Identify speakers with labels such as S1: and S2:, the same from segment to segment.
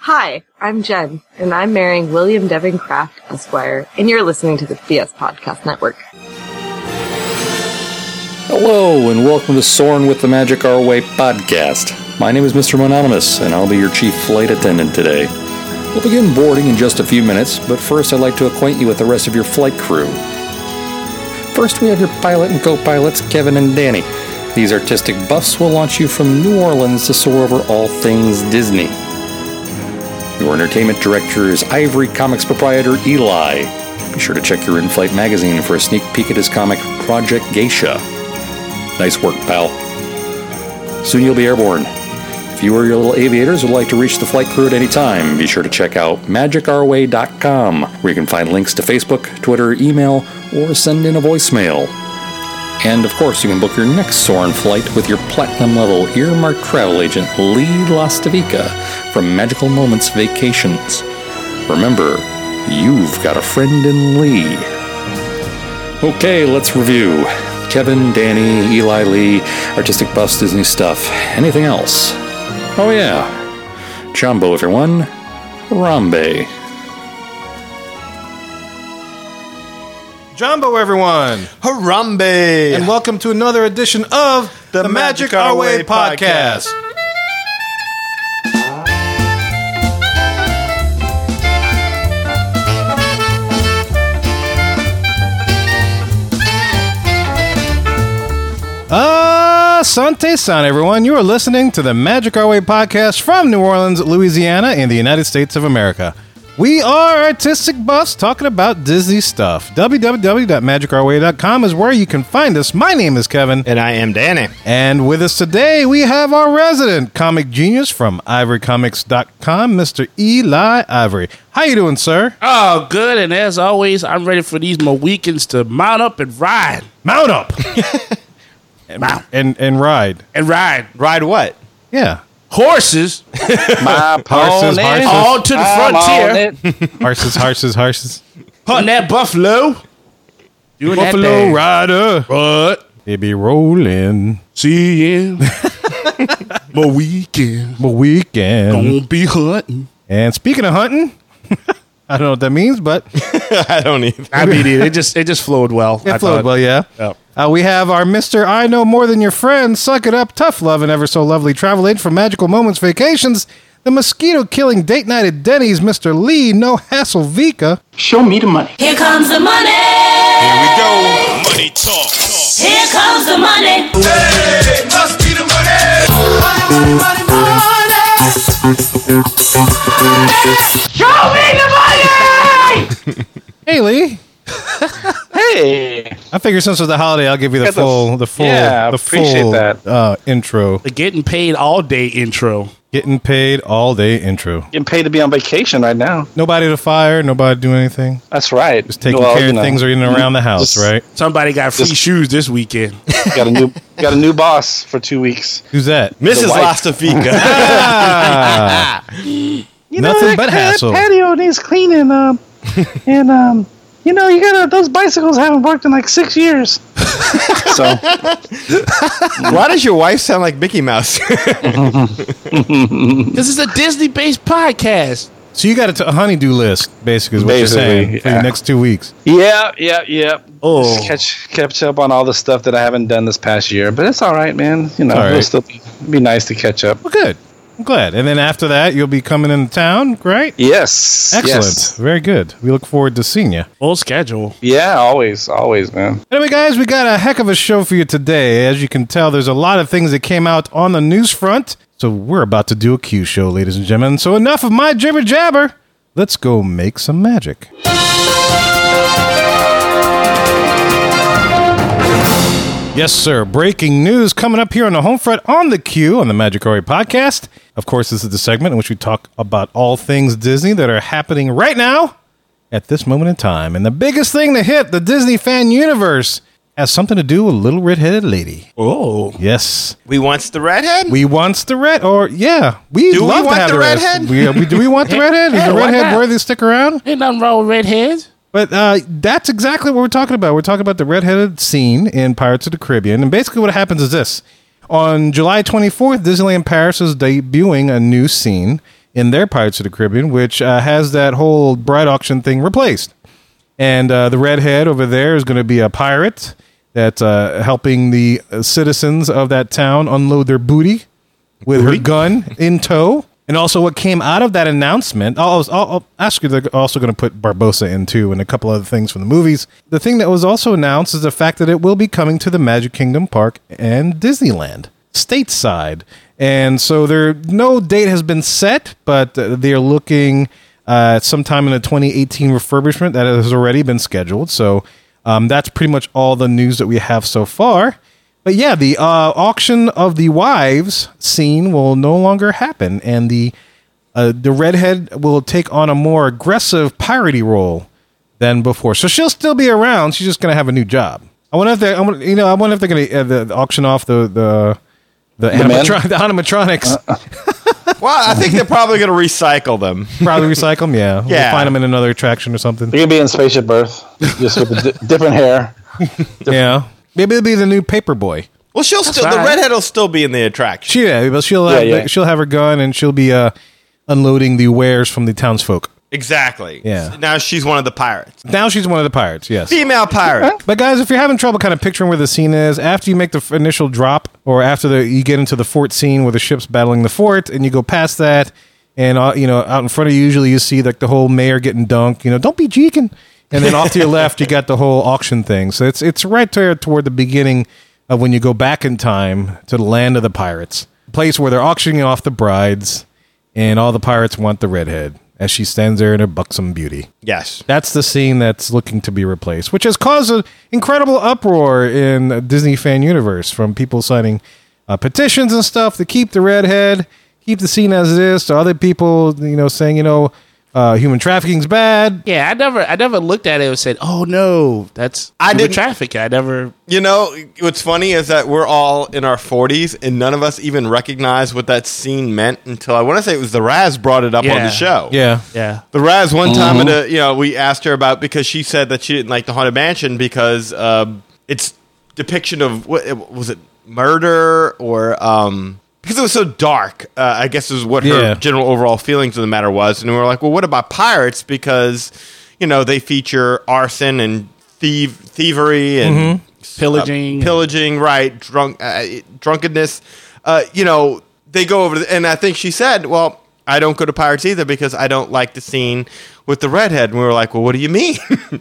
S1: Hi, I'm Jen, and I'm marrying William Devon Craft, Esquire, and you're listening to the BS Podcast Network.
S2: Hello, and welcome to Soarin' with the Magic Our Way podcast. My name is Mr. Mononymous, and I'll be your chief flight attendant today. We'll begin boarding in just a few minutes, but first I'd like to acquaint you with the rest of your flight crew. First, we have your pilot and co pilots, Kevin and Danny. These artistic buffs will launch you from New Orleans to soar over all things Disney. Your entertainment director is Ivory Comics proprietor Eli. Be sure to check your in flight magazine for a sneak peek at his comic, Project Geisha. Nice work, pal. Soon you'll be airborne. If you or your little aviators would like to reach the flight crew at any time, be sure to check out magicourway.com, where you can find links to Facebook, Twitter, email, or send in a voicemail. And of course, you can book your next Soren flight with your platinum level earmarked travel agent Lee Lastavica from Magical Moments Vacations. Remember, you've got a friend in Lee. Okay, let's review. Kevin, Danny, Eli Lee, artistic buffs, Disney stuff. Anything else? Oh, yeah. Jumbo, everyone. Rambe.
S3: Jumbo, everyone,
S4: Harambe!
S3: and welcome to another edition of the, Magic, Our Way, podcast. Ah, Sante San, everyone. You are listening to the Magic Our Way podcast from New Orleans, Louisiana, in the United States of America. We are artistic buffs talking about Disney stuff. www.magicourway.com is where you can find us. My name is Kevin,
S4: And I am Danny.
S3: and with us today we have our resident comic genius from ivorycomics.com, Mr. Eli Ivory. How you doing, sir?
S5: Oh, good. And as always, I'm ready for these Mohicans to mount up and ride.
S3: Mount up
S5: And mount
S3: and and ride.
S5: and ride.
S4: Ride what?
S3: Yeah.
S5: Horses
S6: My
S3: Horses,
S6: pony.
S3: horses.
S5: all to the
S6: I'm on
S5: frontier.
S6: it.
S3: Horses, horses, horses.
S5: On that buffalo. Doing
S3: Buffalo
S5: that
S3: Rider.
S5: But
S3: They be rolling.
S5: see you. My weekend
S3: But weekend.
S5: gonna be hunting.
S3: And speaking of hunting, I don't know what that means, but
S4: I don't either.
S5: I mean, it, it just it just flowed well. I
S3: it flowed
S5: thought.
S3: well, yeah. Uh, we have our Mr. I Know More Than Your Friend, Suck It Up, Tough Love, and Ever So Lovely Travel Aid for Magical Moments Vacations, the mosquito killing date night at Denny's, Mr. Lee, No Hassle Vika,
S7: Show me the money.
S8: Here comes the money.
S4: Here we go.
S8: Here comes the money.
S3: Haley.
S6: Hey,
S3: I figure since it's the holiday, I'll give you the
S6: Yeah, the-
S3: full, the full,
S6: yeah,
S3: the
S6: appreciate
S3: full
S6: that.
S3: Uh, intro.
S5: The getting paid all day intro.
S3: Getting paid all day intro.
S6: getting paid to be on vacation right now.
S3: Nobody to fire, nobody to do anything.
S6: That's right.
S3: Just taking
S6: Well,
S3: care
S6: you
S3: of
S6: know,
S3: things in and around the house,
S6: Just-
S3: right?
S5: Somebody got free shoes this weekend.
S6: Got a new got a new boss for two weeks.
S3: Who's that?
S4: Mrs.
S6: wife.
S4: Lastafica.
S3: Nothing but hassle.
S6: patio needs cleaning. Um, and um, you know, you gotta those bicycles haven't worked in like six years. so
S4: Why does your wife sound like Mickey Mouse?
S5: This is a Disney based podcast.
S3: So you got a, t- a honeydew list, basically, is what
S6: Basically,
S3: you're saying for the
S6: yeah.
S3: next two weeks.
S6: yeah, yeah, yeah.
S3: Oh.
S6: Just catch catch up on all the stuff that I haven't done this past year, but it's all right, man. You know,
S3: All
S6: it'll
S3: right.
S6: still be, be nice to catch up.
S3: Well, good. I'm glad. And then after that, you'll be coming into town, right?
S6: Yes,
S3: Excellent.
S6: yes.
S3: Very good. We look forward to seeing you.
S5: Full schedule.
S6: Yeah, always, always, man.
S3: Anyway, guys, we got a heck of a show for you today. As you can tell, there's a lot of things that came out on the news front. So we're about to do a Q show, ladies and gentlemen. So enough of my jibber jabber. Let's go make some magic. Yes, sir. Breaking news coming up here on the home front on the queue on the Magic Ori podcast. Of course, this is the segment in which we talk about all things Disney that are happening right now at this moment in time. And the biggest thing to hit the Disney fan universe has something to do with Little Red-Headed Lady.
S5: Oh.
S3: Yes.
S4: we wants the redhead?
S3: We wants the red, or yeah, we
S4: Do we
S3: love to
S4: want
S3: have
S4: the
S3: red-
S4: redhead?
S3: We, we- do we want the redhead? Is the
S5: why
S3: redhead
S5: not?
S3: worthy to stick around?
S5: Ain't nothing wrong with redheads.
S3: But uh, that's exactly what we're talking about. We're talking about the redheaded scene in Pirates of the Caribbean. And basically, what happens is this on July 24th, Disneyland Paris is debuting a new scene in their Pirates of the Caribbean, which uh, has that whole bride auction thing replaced. And uh, the redhead over there is going to be a pirate that's uh, helping the uh, citizens of that town unload their booty with her gun in tow. And also, what came out of that announcement, I'll, I'll, I'll ask you, they're also going to put Barbosa in too, and a couple other things from the movies. The thing that was also announced is the fact that it will be coming to the Magic Kingdom Park and Disneyland stateside. And so, there no date has been set, but uh, they're looking uh, sometime in the 2018 refurbishment that has already been scheduled. So, um, that's pretty much all the news that we have so far. But yeah, the uh, auction of the wives scene will no longer happen, and the uh, the redhead will take on a more aggressive piratey role than before. So she'll still be around. She's just gonna have a new job. I wonder if they, I wonder, you know, I wonder if they're gonna uh, the, the auction off the the the,
S2: men?
S3: animatron- the animatronics.
S4: Well, I think they're probably going to recycle them.
S3: Probably recycle them. Yeah, We'll
S4: Yeah.
S3: find them in another attraction or something.
S7: You could be in Spaceship Earth, just with a di- different hair.
S3: Yeah, maybe it'll be the new paper boy.
S4: Well, she'll still the
S5: right.
S4: redhead will still be in the attraction.
S3: She, yeah, but she'll have,
S7: Yeah, yeah.
S3: she'll have her gun and she'll be uh, unloading the wares from the townsfolk.
S4: exactly.
S3: Yeah.
S4: Now she's one of the pirates.
S3: Now she's one of the pirates. Yes.
S4: Female pirate.
S3: But guys, if you're having trouble kind of picturing where the scene is, after you make the f- initial drop, or after the you get into the fort scene where the ship's battling the fort, and you go past that, and uh, you know out in front of you, usually you see like the whole mayor getting dunked. You know, don't be jeeking. And then off to your left, you got the whole auction thing. So it's it's right there toward the beginning of when you go back in time to the land of the pirates, place where they're auctioning off the brides, and all the pirates want the redhead as she stands there in her buxom beauty.
S4: yes.
S3: That's the scene that's looking to be replaced, which has caused an incredible uproar in the Disney fan universe from people signing uh, petitions and stuff to keep the redhead, keep the scene as it is, to other people, you know, saying, you know, uh, human trafficking's bad.
S5: Yeah, I never, I never looked at it and said, "Oh no, that's
S4: I
S5: human
S4: didn't-
S5: traffic." I never.
S4: You know, what's funny is that we're all in our 40s and none of us even recognize what that scene meant until I want to say it was the Raz brought it up on
S5: Yeah.
S4: the show.
S3: Yeah.
S5: Yeah,
S4: The Raz one time, at a, you know, we asked her about because she said that she didn't like the haunted mansion because um, its depiction of what was it murder or um, because it was so dark. Uh, I guess is what her
S3: Yeah.
S4: general overall feelings of the matter was, and we were like, well, what about pirates? Because you know they feature arson and thief thievery and
S5: pillaging.
S4: pillaging, right? Drunk, uh, drunkenness. Uh, you know, they go over, the, and I think she said, "Well, I don't go to pirates either because I don't like the scene with the redhead." And we were like, "Well, what do you mean?"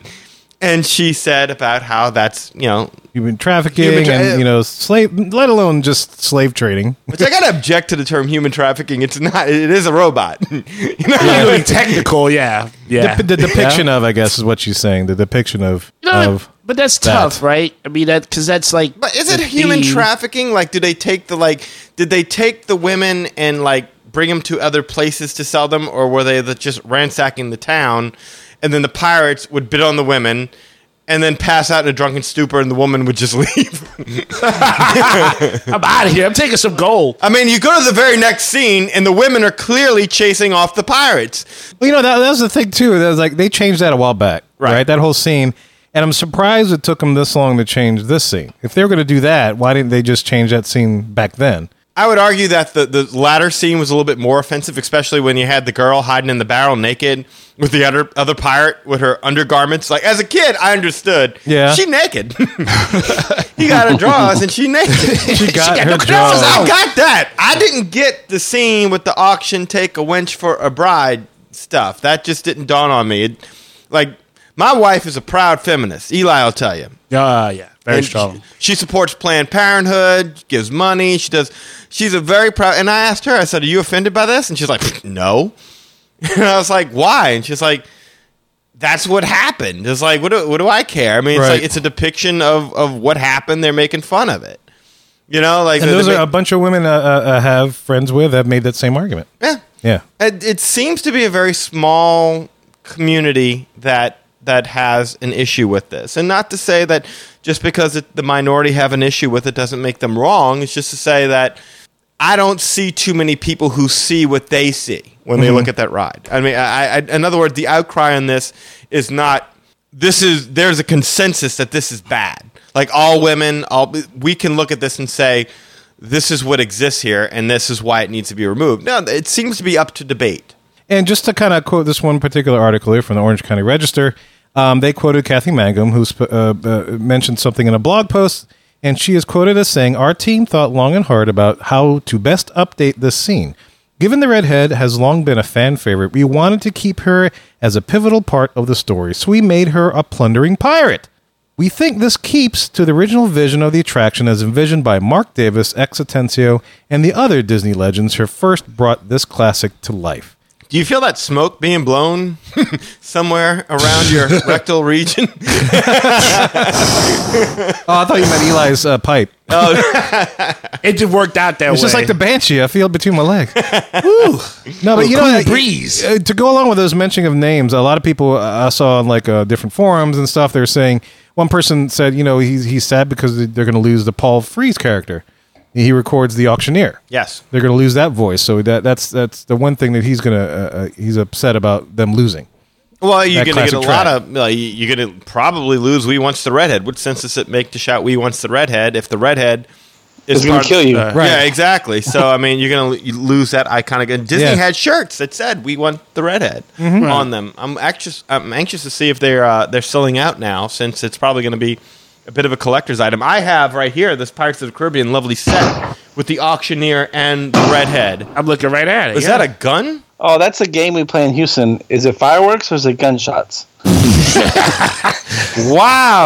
S4: and she said about how that's you know,
S3: Human trafficking
S4: Human tra-
S3: and, you know, slave, let alone just slave trading.
S4: which I gotta object to the term human trafficking. It's not; it is a robot. you know, what I mean?
S5: Really technical. Yeah, yeah.
S3: The, the depiction of, I guess, is what she's saying. The depiction of.
S5: You know,
S3: of
S5: but that's
S3: that.
S5: tough, right? I mean, that because that's like.
S4: But is
S5: the
S4: it human
S5: theme.
S4: trafficking? Like, do they take the like? Did they take the women and like bring them to other places to sell them, or were they the, just ransacking the town? And then the pirates would bid on the women, and then pass out in a drunken stupor, and the woman would just leave.
S5: I'm out of here. I'm taking some gold.
S4: I mean, you go to the very next scene, and the women are clearly chasing off the pirates.
S3: Well, you know that, that was the thing too. That was like they changed that a while back, right. That whole scene, and I'm surprised it took them this long to change this scene. If they were going to do that, why didn't they just change that scene back then?
S4: I would argue that the, the latter scene was a little bit more offensive, especially when you had the girl hiding in the barrel naked with the other other pirate with her undergarments. Like as a kid, I understood.
S3: Yeah.
S4: she naked. he got her drawers and she naked.
S3: She got her
S4: I was- I
S3: draw.
S4: got that. I didn't get the scene with the auction take a wench for a bride stuff. That just didn't dawn on me. It, like my wife is a proud feminist. Eli will tell you.
S5: Uh, yeah, very
S4: And
S5: strong.
S4: She, she supports Planned Parenthood, gives money. She does. She's a very proud. And I asked her, I said, "Are you offended by this?" And she's like, "No." And I was like, "Why?" And she's like, "That's what happened." It's like, what do, what do I care? I mean, it's
S3: Right.
S4: like it's a depiction of of what happened. They're making fun of it. You know, like
S3: And
S4: they're-
S3: those
S4: they're
S3: are a bunch of women uh, uh, I have friends with have made that same argument.
S4: ma- yeah.
S3: Yeah,
S4: It, it seems to be a very small community that that has an issue with this, and not to say that just because it, the minority have an issue with it doesn't make them wrong. It's just to say that I don't see too many people who see what they see when they look at that ride. I mean, I, I, in other words, the outcry on this is not this is there's a consensus that this is bad. Like all women, all we can look at this and say this is what exists here and this is why it needs to be removed. No, it seems to be up to debate.
S3: And just to kind of quote this one particular article here from the Orange County Register, um, they quoted Kathy Mangum, who sp- uh, uh, mentioned something in a blog post, and she is quoted as saying, Our team thought long and hard about how to best update this scene. Given the redhead has long been a fan favorite, we wanted to keep her as a pivotal part of the story, so we made her a plundering pirate. We think this keeps to the original vision of the attraction as envisioned by Mark Davis, Exitencio, and the other Disney legends who first brought this classic to life.
S4: Do you feel that smoke being blown somewhere around your rectal region?
S3: Oh, I thought you meant Eli's uh, pipe.
S5: It just worked out that way.
S3: It's just like the banshee. I feel it between my legs. No, but you know,
S5: cool
S3: uh,
S5: breeze.
S3: uh, to go along with those mentioning of names, a lot of people uh, I saw on like uh, different forums and stuff. They were saying one person said, you know, he's he's sad because they're going to lose the Paul Frees character. He records the auctioneer.
S4: yes.
S3: they're going to lose that voice. So that that's that's the one thing that he's going to uh, uh, he's upset about them losing.
S4: Well, you're
S3: That
S4: going to get a
S3: classic
S4: lot
S3: track.
S4: of. Uh, you- you're going to probably lose. We wants the redhead. What sense does it make to shout "We wants the redhead" if the redhead is
S7: It's gonna
S4: part of-
S7: kill you.
S4: Uh,
S3: Right.
S4: Yeah, exactly. So I mean, you're going to lose that iconic. And Disney
S3: Yeah. Mm-hmm.
S4: had shirts that said "We want the redhead" on them. I'm anxious. I'm anxious to see if they're uh, they're selling out now, since it's probably going to be a bit of a collector's item. I have right here this Pirates of the Caribbean lovely set with the auctioneer and the redhead.
S5: I'm looking right at it.
S4: Is
S5: yeah.
S4: that a gun?
S7: Oh, that's a game we play in Houston. Is it fireworks or is it gunshots?
S4: Wow!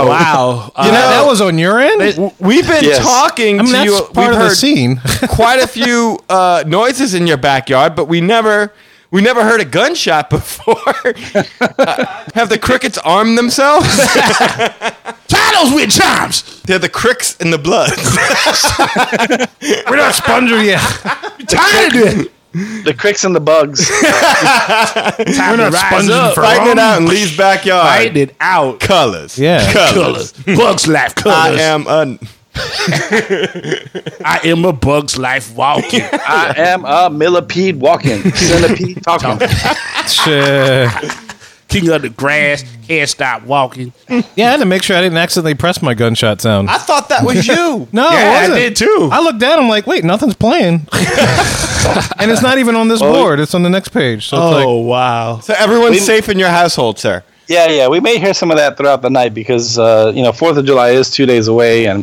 S4: Wow!
S5: Uh,
S3: You know, that was on your end.
S4: We've been
S7: Yes.
S4: talking
S3: I mean,
S4: to
S3: that's
S4: you.
S3: part
S4: we've
S3: of the
S4: heard
S3: scene.
S4: quite a few uh, noises in your backyard, but we never we never heard a gunshot before. Uh, have the crickets armed themselves?
S5: Titles with chimes.
S4: They're the cricks in the blood.
S3: We're not sponger yet.
S5: Tired of it.
S7: The cricks and the bugs.
S5: Time to rise up.
S4: Fighting it out in Lee's backyard.
S5: Fighting it out.
S4: Colors.
S3: Yeah.
S4: Colors.
S5: Colors. Bugs life.
S4: I
S5: Colors. I am,
S4: am a
S5: a bug's life walking.
S7: I am a millipede walking, centipede talking.
S3: Shit.
S5: King of the grass. Can't stop walking.
S3: yeah, I had to make sure I didn't accidentally press my gunshot sound.
S4: I thought that was you.
S3: no,
S5: Yeah, I
S3: it wasn't.
S5: did too.
S3: I looked down. I'm like, wait, nothing's playing, and it's not even on this board. It's on the next page. So it's like,
S5: wow.
S4: So everyone's safe in your household, sir.
S7: Yeah, yeah. We may hear some of that throughout the night because uh, you know Fourth of July is two days away, and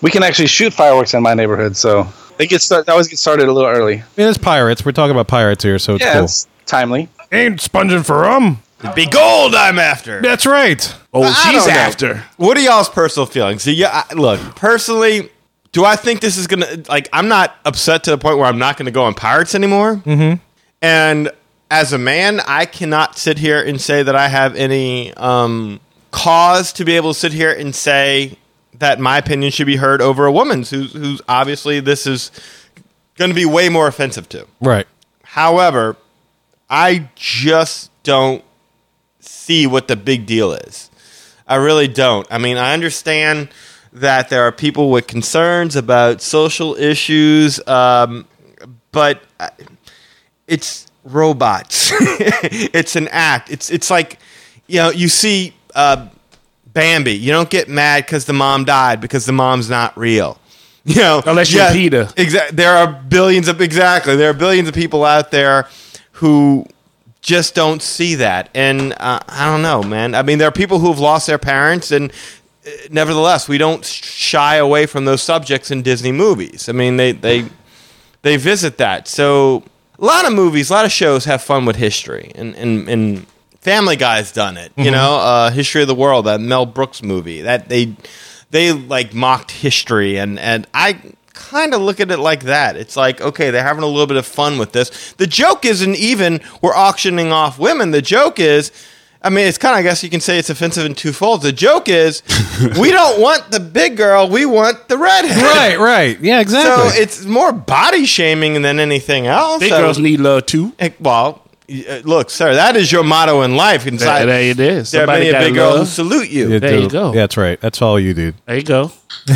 S7: we can actually shoot fireworks in my neighborhood. So they get start. They always get started a little early.
S3: it is pirates. We're talking about pirates here, so it's
S7: Yeah,
S3: cool.
S7: it's timely.
S3: Ain't sponging for rum.
S4: Be gold I'm after.
S3: That's right.
S5: Oh,
S4: I
S5: she's
S4: don't know.
S5: after.
S4: What are y'all's personal feelings? Do you, I, look, personally, do I think this is going to, like, I'm not upset to the point where I'm not going to go on Pirates anymore. Mm-hmm. And as a man, I cannot sit here and say that I have any um, cause to be able to sit here and say that my opinion should be heard over a woman's, who's, who's obviously this is going to be way more offensive to.
S3: Right.
S4: However, I just don't see what the big deal is. I really don't. I mean, I understand that there are people with concerns about social issues, um, but I- it's robots. it's an act. It's it's like you know you see uh, Bambi. You don't get mad because the mom died because the mom's not real. You know,
S5: Unless you're Peter.
S4: Exactly. There are billions of exactly. There are billions of people out there who just don't see that, and uh, I don't know, man. I mean, there are people who have lost their parents, and uh, nevertheless, we don't shy away from those subjects in Disney movies. I mean, they they they visit that. So a lot of movies, a lot of shows have fun with history, and and, and Family Guy's done it. You know, uh, History of the World, that Mel Brooks movie, that they they like mocked history, and and I kind of look at it like that. It's like okay, they're having a little bit of fun with this. The joke isn't even we're auctioning off women. The joke is. I mean, it's kind of, I guess you can say it's offensive in two folds. The joke is, we don't want the big girl, we want the redhead.
S3: Right. Right. Yeah.
S4: So
S3: Exactly.
S4: it's more body shaming than anything else.
S5: Big
S4: So-
S5: girls need love too.
S4: Eh, Well, y- uh, look, sir, that is your motto in life. And
S5: There, there it is.
S4: there are
S5: Somebody
S4: many a
S5: got
S4: big girls who
S5: love.
S4: salute you.
S3: Yeah,
S5: There you
S3: dude.
S5: go.
S3: Yeah, that's right. That's all you, dude.
S5: There you go.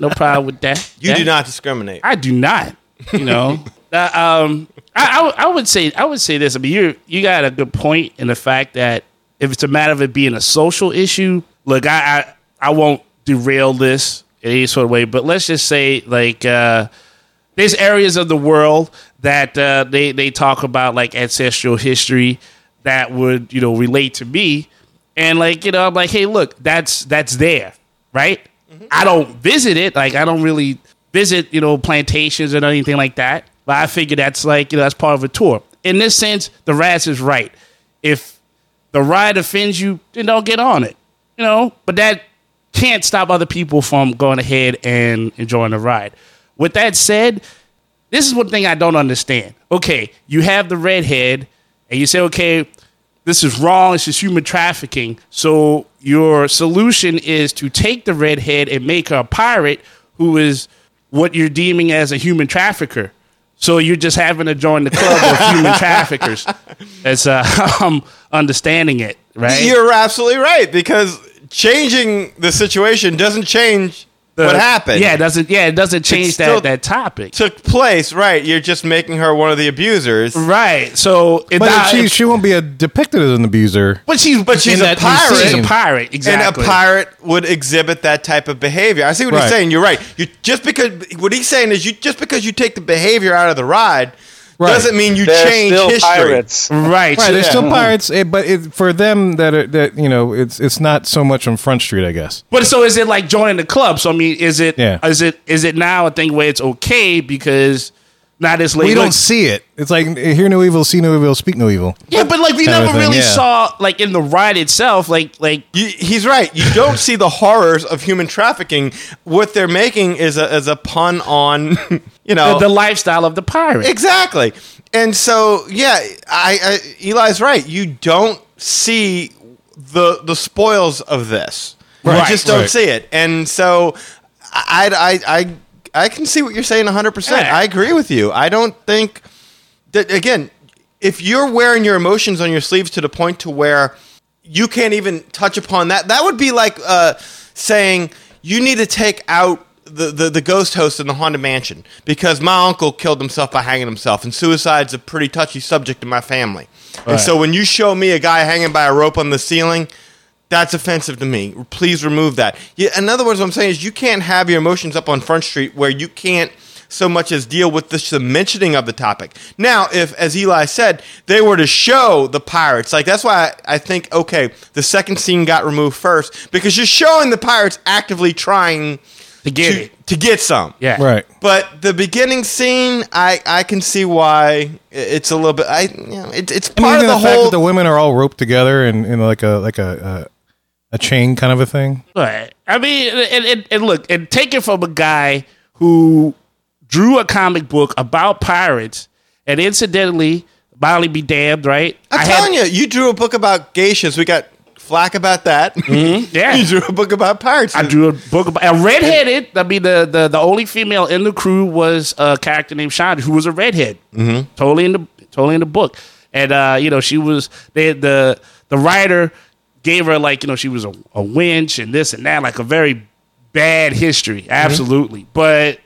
S5: no problem with that.
S4: You
S5: Yeah.
S4: do not discriminate.
S5: I do not. You know, Uh, um, I, I would- I would say I would say this. I mean, you you got a good point in the fact that if it's a matter of it being a social issue, look, I I, I won't derail this in any sort of way. But let's just say like uh, there's areas of the world that uh, they they talk about like ancestral history that would you know relate to me, and like you know I'm like, hey, look, that's that's there, right? I don't visit it, like I don't really visit you know plantations or anything like that. But I figure that's like you know that's part of a tour. In this sense, the Raz is right. If the ride offends you, then don't get on it. You know, but that can't stop other people from going ahead and enjoying the ride. With that said, this is one thing I don't understand. Okay, you have the redhead, and you say, okay, this is wrong. This is human trafficking. So your solution is to take the redhead and make her a pirate, who is what you're deeming as a human trafficker. So you're just having to join the club of human traffickers. That's uh, how I'm understanding it, right?
S4: You're absolutely right because changing the situation doesn't change
S5: The-
S4: what happened.
S5: Yeah, it doesn't. Yeah, it doesn't change
S4: It's
S5: that
S4: still-
S5: that topic.
S4: took place. Right, you're just making her one of the abusers.
S5: right. So, it,
S3: But
S5: nah,
S3: she,
S5: it-
S3: she won't be a, depicted as an abuser.
S5: but she's
S4: but
S5: in
S4: she's a
S5: that new
S4: pirate.
S5: scene, She's a pirate. Exactly.
S4: And a pirate would exhibit that type of behavior. I see what
S3: Right.
S4: he's saying. You're right. You just because what he's saying is you just because you take the behavior out of the ride
S3: Right.
S4: doesn't mean you
S7: They're
S4: change
S7: still
S4: history.
S7: pirates.
S3: Right,
S5: Right. so-
S3: they're still pirates, eh, but it, for them that are, that you know, it's it's not so much on Front Street, I guess.
S5: But so is it like joining the club? So I mean, is it
S3: Yeah.
S5: is it is it now a thing where it's okay because not this late?
S3: We don't see it. It's like eh, hear no evil, see no evil, speak no evil.
S5: yeah, but like we
S3: Kind of
S5: never
S3: thing,
S5: really
S3: yeah.
S5: saw like in the ride itself, like like
S4: You, he's right. You don't see the horrors of human trafficking. What they're making is a, is a pun on, you know,
S5: the lifestyle of the pirate.
S4: Exactly. And so, yeah, I, I Eli's right. You don't see the the spoils of this.
S5: Right,
S4: You just don't
S3: right.
S4: see it. And so, I I I, I can see what you're saying 100. percent
S5: Yeah.
S4: I agree with you. I don't think that again. If you're wearing your emotions on your sleeves to the point to where you can't even touch upon that, that would be like uh, saying you need to take out the, the, the ghost host in the Haunted Mansion because my uncle killed himself by hanging himself, and suicide's a pretty touchy subject in my family. And so when you show me a guy hanging by a rope on the ceiling, that's offensive to me. Please remove that. Yeah, in other words, what I'm saying is you can't have your emotions up on Front Street where you can't so much as deal with this, the mentioning of the topic. Now, if, as Eli said, they were to show the pirates, like that's why I, I think, okay, the second scene got removed first because you're showing the pirates actively trying
S5: To get
S4: to,
S5: it.
S4: to get some.
S5: Yeah.
S3: Right.
S4: But the beginning scene, I, I can see why it's a little bit. I you know, it, it's
S3: I mean,
S4: part
S3: even
S4: of the,
S3: the, fact
S4: whole.
S3: that the women are all roped together and in like a like a, a a chain kind of a thing.
S5: But I mean, and, and, and look, and take it from a guy who drew a comic book about pirates, and incidentally, Molly be damned, right?
S4: I'm telling you, you drew a book about geishas. We got flack about that.
S5: Mm-hmm. yeah.
S4: you drew a book about pirates.
S5: I drew a book about a redheaded. I mean, the, the the only female in the crew was a character named Shonda, who was a redhead. Mm-hmm. Totally in the totally in the book, and uh, you know she was they, the the writer gave her like you know she was a, a winch and this and that, like a very bad history, absolutely. But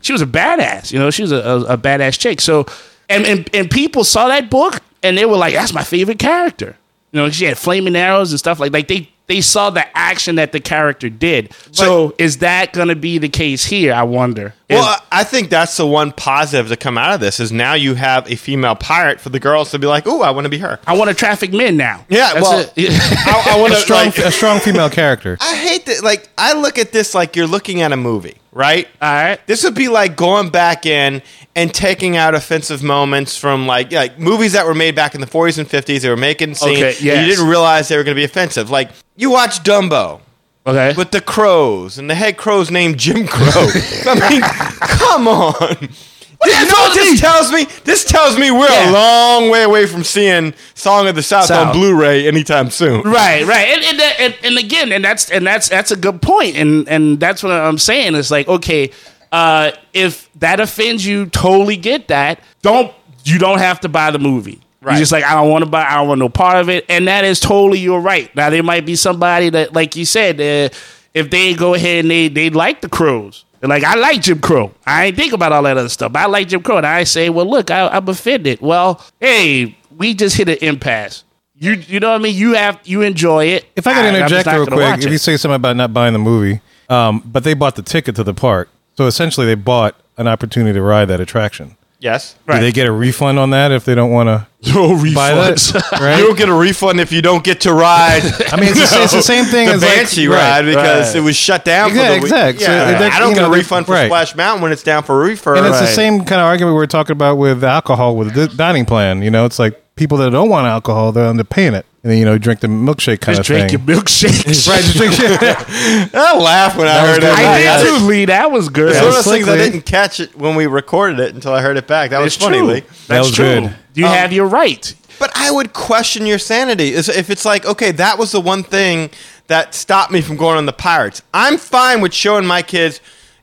S5: she was a badass. You know, she was a, a, a badass chick. So, and, and and people saw that book and they were like, "That's my favorite character." You know, she had flaming arrows and stuff like like they they saw the action that the character did. So, is that going to be the case here? I wonder.
S4: Well,
S5: Is-
S4: I- I think that's the one positive to come out of this is now you have a female pirate for the girls to be like, "Ooh, I want to be her."
S5: I want to traffic men now.
S4: Yeah,
S5: That's
S4: well,
S5: it.
S4: I, I want
S3: A
S4: to
S3: strong
S4: like.
S3: a strong female character.
S4: I hate that. Like, I look at this like you're looking at a movie, right?
S5: all right.
S4: This would be like going back in and taking out offensive moments from like like movies that were made back in the 40s and 50s. They were making scenes.
S5: Okay,
S4: and
S5: yes.
S4: you didn't realize they were going to be offensive. Like you watch Dumbo
S5: Okay.
S4: with the crows and the head crow's named Jim Crow. I mean, come on. You know what this tells me? This tells me we're
S5: Yeah.
S4: a long way away from seeing Song of the South,
S5: South.
S4: on Blu-ray anytime soon.
S5: right right and, and, that- and and again and that's and that's that's a good point and and that's what i'm saying it's like okay uh if that offends you totally get that don't you don't have to buy the movie You're
S4: Right.
S5: just like I don't want to buy. I don't want no part of it, and that is totally your right. Now there might be somebody that, like you said, uh, if they go ahead and they they like the crows, they're like I like Jim Crow. I ain't think about all that other stuff. But I like Jim Crow, and I say, well, look, I, I'm offended. Well, hey, we just hit an impasse. You you know what I mean? You have you enjoy it.
S3: If I could
S5: I'm
S3: interject
S5: just not
S3: real
S5: gonna watch
S3: quick, if
S5: it.
S3: you say something about not buying the movie, Um, but they bought the ticket to the park, so essentially they bought an opportunity to ride that attraction.
S4: Yes.
S5: Right.
S3: Do they get a refund on that if they don't want to
S5: No
S3: buy
S5: refunds.
S3: that? Right?
S4: You'll get a refund if you don't get to ride.
S3: I mean, it's, the, sa- it's the same thing
S4: the
S3: as
S4: Banshee
S3: like,
S4: ride
S3: right,
S4: because
S3: right.
S4: it was shut down
S3: Exact-
S4: for the week.
S3: exact. So
S4: Yeah,
S3: that-
S4: I don't
S3: you
S4: get
S3: know,
S4: a refund for
S3: right.
S4: Splash Mountain when it's down for refurb.
S3: And it's the same kind of argument we were talking about with alcohol with the dining plan. You know, it's like people that don't want alcohol, they're under paying it, and then you know, drink the milkshake kind
S5: Just
S3: of
S5: drink
S3: thing.
S5: your milkshake.
S3: right, just drink
S4: I laugh when I
S3: was
S4: heard
S3: good.
S4: that.
S3: I
S4: Lee.
S3: did
S4: That's-
S5: Dude, Lee, that was good.
S4: It's one of those
S3: Slick
S4: things I
S3: Lee.
S4: didn't catch it when we recorded it until I heard it back. That was
S5: That's
S4: funny,
S5: true.
S4: Lee.
S5: That's
S3: was
S5: true.
S3: good.
S5: You have your right.
S4: But I would question your sanity Is- if it's like, okay, that was the one thing that stopped me from going on the Pirates. I'm fine with showing my kids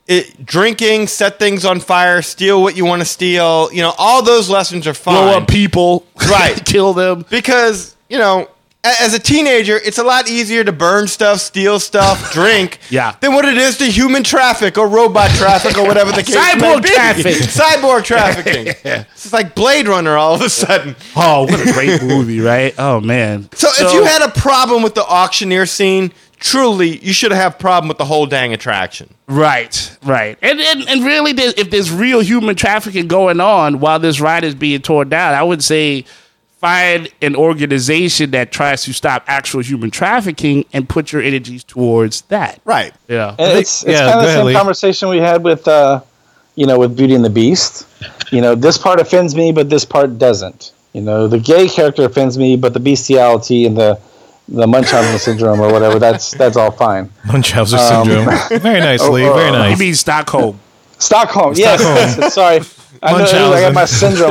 S4: it, drinking, set things on fire, steal what you want to steal. You know, all those lessons are fine.
S5: Blow up people.
S4: Right.
S5: Kill them.
S4: because you know a- as a teenager it's a lot easier to burn stuff steal stuff drink
S5: Yeah.
S4: than what it is to human traffic or robot traffic or whatever the case may
S5: Cyborg
S4: be.
S5: traffic.
S4: cyborg trafficking it's just like blade runner all of a sudden
S5: Oh, what a great movie, right? Oh man.
S4: so, if you had a problem with the auctioneer scene truly you should have problem with the whole dang attraction
S5: Right, right, and and, and really, there's, if there's real human trafficking going on while this ride is being torn down, I would say find an organization that tries to stop actual human trafficking and put your energies towards that.
S4: right
S5: Yeah.
S7: It's, it's
S3: yeah,
S7: kind
S3: go
S7: of the
S3: ahead,
S7: same
S3: Lee.
S7: conversation we had with, uh, you know, with Beauty and the Beast. You know, this part offends me, but this part doesn't. You know, the gay character offends me, but the bestiality and the the Munchausen syndrome or whatever that's that's all fine.
S3: Munchausen syndrome. Very nice, Lee. Very
S5: You
S3: nice.
S5: mean Stockholm?
S7: Stockholm, yes, yes, yes, sorry. I, know, I
S3: Munchausen.
S7: got my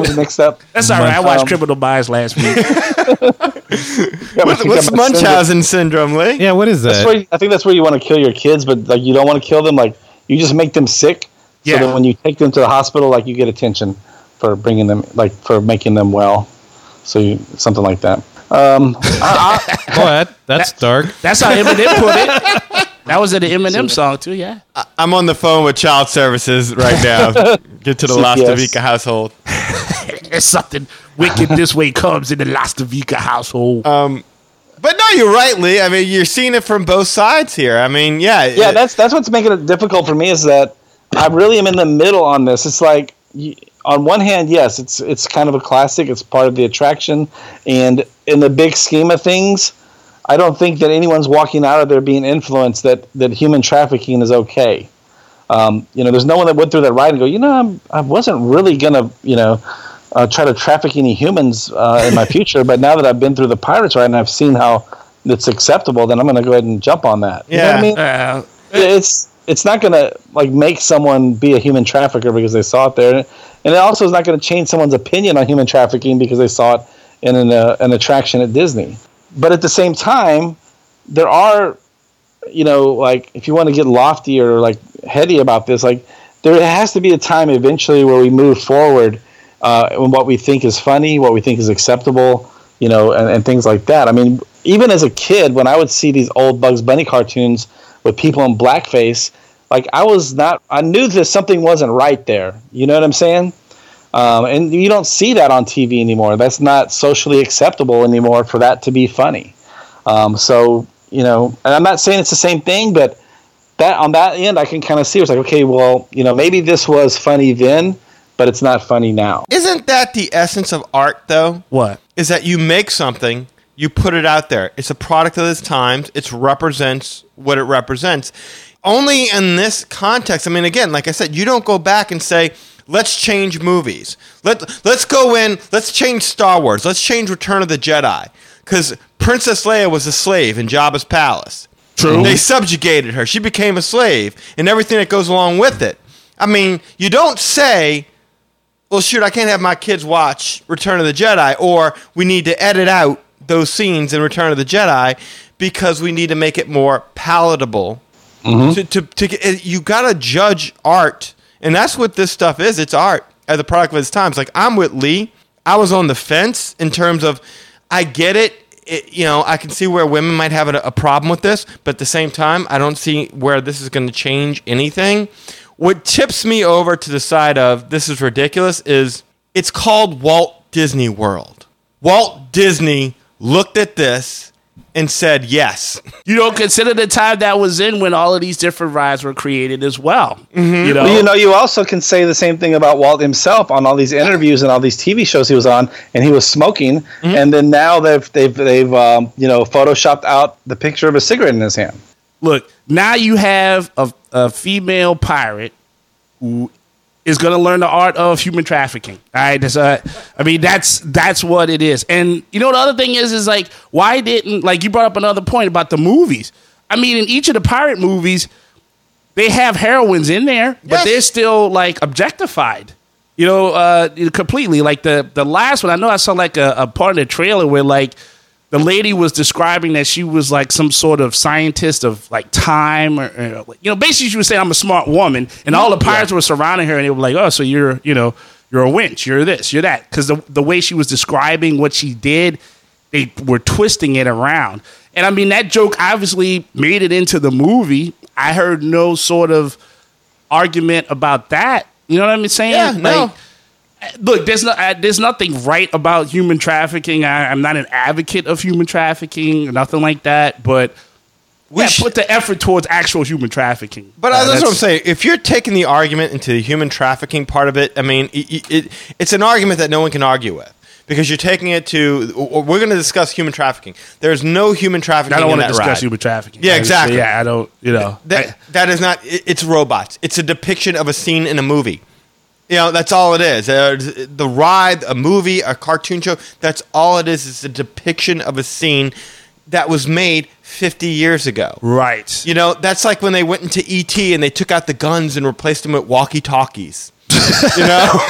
S7: syndromes mixed up.
S5: That's all right. I watched
S7: Um,
S5: Criminal Minds last week.
S7: Got my- got
S4: what's
S7: my syndrome-
S4: munchausen syndrome lee
S3: Yeah, what is
S7: That's
S3: that?
S7: where, I think that's where you want to kill your kids, but like you don't want to kill them. Like you just make them sick,
S5: Yeah.
S7: so that when you take them to the hospital, like you get attention for bringing them, like for making them well. So you, something like that. Um,
S3: Oh, that, that's dark.
S5: That's how Eminem put it. That was in the Eminem song too. Yeah.
S4: i'm on the phone with child services right now get to the las
S7: CPS.
S4: Vegas household
S5: There's something wicked this way comes in the Lasta Rica household.
S4: Um, But no, you're right, Lee. I mean, you're seeing it from both sides here. I mean, yeah,
S7: yeah,
S4: it-
S7: that's that's what's making it difficult for me is that I really am in the middle on this. It's like you, on one hand, yes, it's it's kind of a classic. It's part of the attraction, and in the big scheme of things, I don't think that anyone's walking out of there being influenced that that human trafficking is okay. Um, you know, there's no one that went through that ride and go, you know, I'm, I wasn't really gonna, you know. Uh, try to traffic any humans uh, in my future, but now that I've been through the pirates ride and I've seen how it's acceptable, then I'm going to go ahead and jump on that. You know what
S4: Yeah.
S7: I mean?
S5: Uh,
S7: it's it's not gonna like make someone be a human trafficker because they saw it there, and it also is not gonna change someone's opinion on human trafficking because they saw it in an, uh, an attraction at Disney. But at the same time, there are, you know, like if you want to get lofty or like heady about this, like there has to be a time eventually where we move forward uh, in what we think is funny, what we think is acceptable, you know, and, and things like that. I mean, even as a kid, when I would see these old Bugs Bunny cartoons with people in blackface, like I was not, I knew that something wasn't right there. You know what I'm saying? Um, and you don't see that on TV anymore. That's not socially acceptable anymore for that to be funny. Um, so you know, and I'm not saying it's the same thing, but that on that end, I can kind of see it's like, okay, well, you know, maybe this was funny then, but it's not funny now.
S4: isn't that the essence of art, though?
S5: what?
S4: Is that you make something, you put it out there. It's a product of its times. It represents what it represents. Only in this context. I mean, again, like I said, you don't go back and say, "Let's change movies. Let Let's go in. Let's change Star Wars. Let's change Return of the Jedi." Because Princess Leia was a slave in Jabba's palace.
S5: True.
S4: They subjugated her. She became a slave and everything that goes along with it. I mean, you don't say, well, shoot, I can't have my kids watch Return of the Jedi, or we need to edit out those scenes in Return of the Jedi because we need to make it more palatable. To, to, to, get- it- you got to judge art, and that's what this stuff is. It's art as a product of its times. Like, I'm with Lee. I was on the fence in terms of, I get it. it you know, I can see where women might have a, a problem with this, but at the same time, I don't see where this is going to change anything. What tips me over to the side of this is ridiculous is it's called Walt Disney World. Walt Disney looked at this and said yes.
S5: You know, consider the time that was in when all of these different rides were created as well. You know,
S7: Mm-hmm. Well, you know, you also can say the same thing about Walt himself on all these interviews and all these TV shows he was on, and he was smoking,
S3: Mm-hmm.
S7: and then now they've they've they've um, you know photoshopped out the picture of a cigarette in his hand.
S5: look, now you have a, a female pirate who is going to learn the art of human trafficking. All right, that's uh, I mean that's that's what it is. And you know the other thing is is like why didn't like you brought up another point about the movies. I mean, in each of the pirate movies, they have heroines in there, but they're still like objectified. You know, uh, completely. Like the the last one, I know I saw like a, a part of the trailer where like the lady was describing that she was like some sort of scientist of like time, or, or, you know, basically she was saying I'm a smart woman, and all the pirates were surrounding her, and they were like, oh, so you're you know you're a winch, you're this, you're that, because the the way she was describing what she did, they were twisting it around. And I mean, that joke obviously made it into the movie. I heard no sort of argument about that. You know what I'm saying?
S4: Yeah, no.
S5: Look, there's no, uh, there's nothing right about human trafficking. I, I'm not an advocate of human trafficking, nothing like that. But we
S4: sh-
S5: put the effort towards actual human trafficking.
S4: But
S5: Uh,
S4: uh, that's what I'm saying. If you're taking the argument into the human trafficking part of it, I mean, i i- it, it's an argument that no one can argue with because you're taking it to. w- We're going to discuss human trafficking. There's no human trafficking.
S5: I don't
S4: want to
S5: discuss
S4: ride.
S5: human trafficking.
S4: Yeah,
S5: I just-
S4: exactly.
S5: yeah, I don't. You know, I-
S4: That that is not. i- It's robots. It's a depiction of a scene in a movie. You know, that's all it is. Uh, the ride, a movie, a cartoon show. That's all it is. It's a depiction of a scene that was made 50 years ago.
S5: right.
S4: You know, that's like when they went into ET and they took out the guns and replaced them with walkie talkies. you know,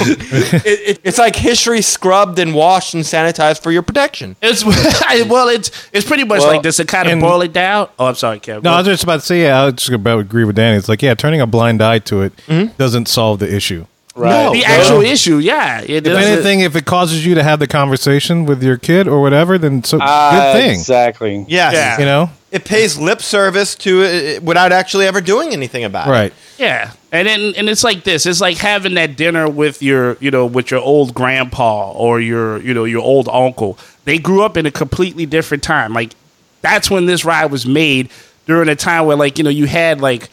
S4: it, it, it's like history scrubbed and washed and sanitized for your protection.
S5: It's well, it's it's pretty much like this. It kind of
S3: and-
S5: boil it down. Oh, I'm sorry, Kevin.
S3: No, I was just about to say, yeah, I was just about to agree with Danny. It's like, yeah, turning a blind eye to it
S5: Mm-hmm.
S3: doesn't solve the issue.
S5: No, the actual issue. Yeah, it
S3: If
S5: doesn't-
S3: anything, if it causes you to have the conversation with your kid or whatever, then so
S7: Ah,
S3: good thing.
S7: Exactly.
S4: Yes.
S5: Yeah.
S3: You know,
S4: It pays lip service to it without actually ever doing anything about it.
S3: right?
S5: Yeah, and then and it's like this. It's like having that dinner with your you know with your old grandpa or your you know your old uncle. They grew up in a completely different time. Like that's when this ride was made during a time where like you know you had like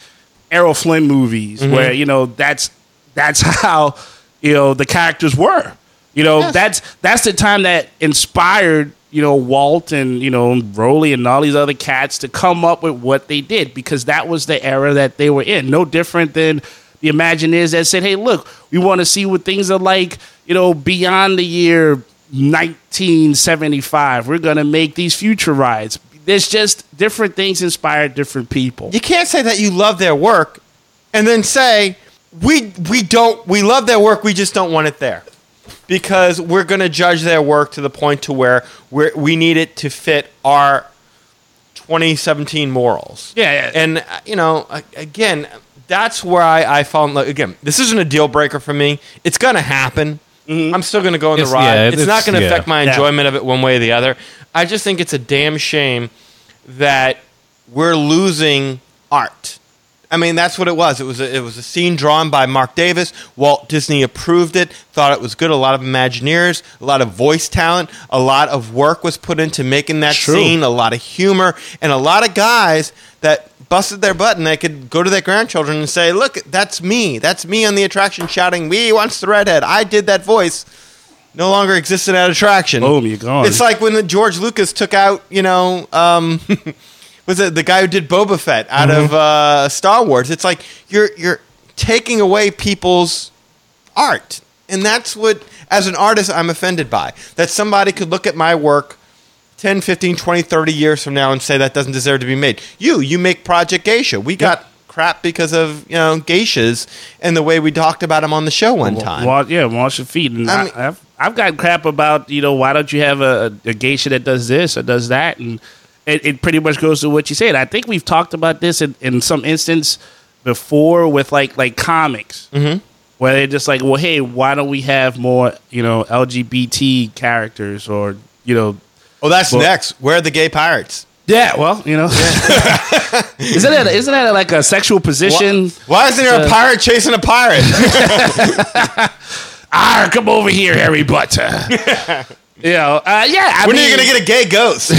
S5: Errol Flynn movies
S3: Mm-hmm.
S5: where you know that's that's how you know the characters were. You know that's that's the time that inspired you know Walt and you know Rowley and all these other cats to come up with what they did because that was the era that they were in. No different than the Imagineers that said, "Hey, look, we want to see what things are like." You know, beyond the year 1975, we're gonna make these future rides. There's just different things inspired different people.
S4: You can't say that you love their work and then say we we don't we love their work. We just don't want it there because we're going to judge their work to the point to where we we need it to fit our 2017 morals.
S5: Yeah, yeah.
S4: And uh, you know, a- again, that's where I I found like again, this isn't a deal breaker for me. It's going to happen. I'm still going to go on
S3: It's-
S4: the ride.
S3: yeah,
S4: it's,
S3: it's-
S4: not going to
S3: yeah.
S4: affect my
S5: Yeah.
S4: enjoyment of it one way or the other. I just think it's a damn shame that we're losing art. I mean, that's what it was. It was a, it was a scene drawn by Mark Davis. Walt Disney approved it, thought it was good. A lot of Imagineers, a lot of voice talent, a lot of work was put into making that scene, a lot of humor, and a lot of guys that busted their butt and they could go to their grandchildren and say, "Look, that's me. That's me on the attraction shouting, "We wants the redhead. I did that voice." No longer exists in that attraction.
S5: Boom, you're gone.
S4: It's like when the George Lucas took out, you know, um, was it the guy who did Boba Fett out
S5: Mm-hmm.
S4: of uh, Star Wars? It's like you're you're taking away people's art, and that's what as an artist I'm offended by. That somebody could look at my work 10, 15, 20, 30 years from now and say that doesn't deserve to be made. You you make Project Geisha. We got crap because of you know geishas and the way we talked about them on the show one time.
S5: Wa- yeah, wash your feet. And
S4: I
S5: I
S4: mean-
S5: have I've gotten crap about you know why don't you have a, a geisha that does this or does that, and it, it pretty much goes to what you said. I think we've talked about this in, in some instance before with like like comics. Mm-hmm. Where they're just like, well, hey, why don't we have more, you know, LGBT characters or, you know,
S4: Oh, that's next. Where are the gay pirates?
S5: yeah, well, you know, isn't that isn't that like a sexual position?
S4: Why isn't there a pirate chasing a pirate?
S5: Ah, come over here, Harry Butter. You know, uh, yeah. I
S4: When are
S5: mean,
S4: you going to get a gay ghost?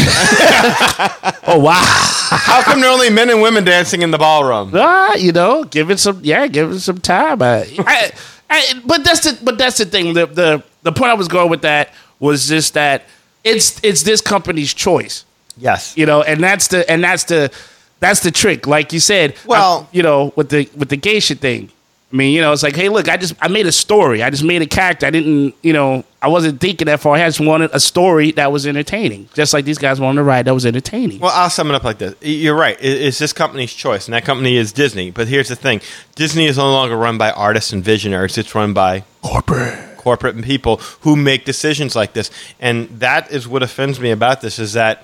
S5: Oh wow.
S4: How come there are only men and women dancing in the ballroom?
S5: Ah, you know, give it some. Yeah, give it some time. I, I, I, but that's the but that's the thing. The the the point I was going with that was just that it's it's this company's choice,
S4: Yes.
S5: you know, and that's the and that's the that's the trick. Like you said,
S4: Well-
S5: I- you know, with the with the geisha thing. I mean, you know, it's like, hey, look, I just I made a story. I just made a character. I didn't, you know, I wasn't thinking that far. I just wanted a story that was entertaining, just like these guys wanted a ride that was entertaining.
S4: Well, I'll sum it up like this. Y- You're right. I- It's this company's choice, and that company is Disney. But here's the thing Disney is no longer run by artists and visionaries, it's run by corporate. Corporate people who make decisions like this. And that is what offends me about this is that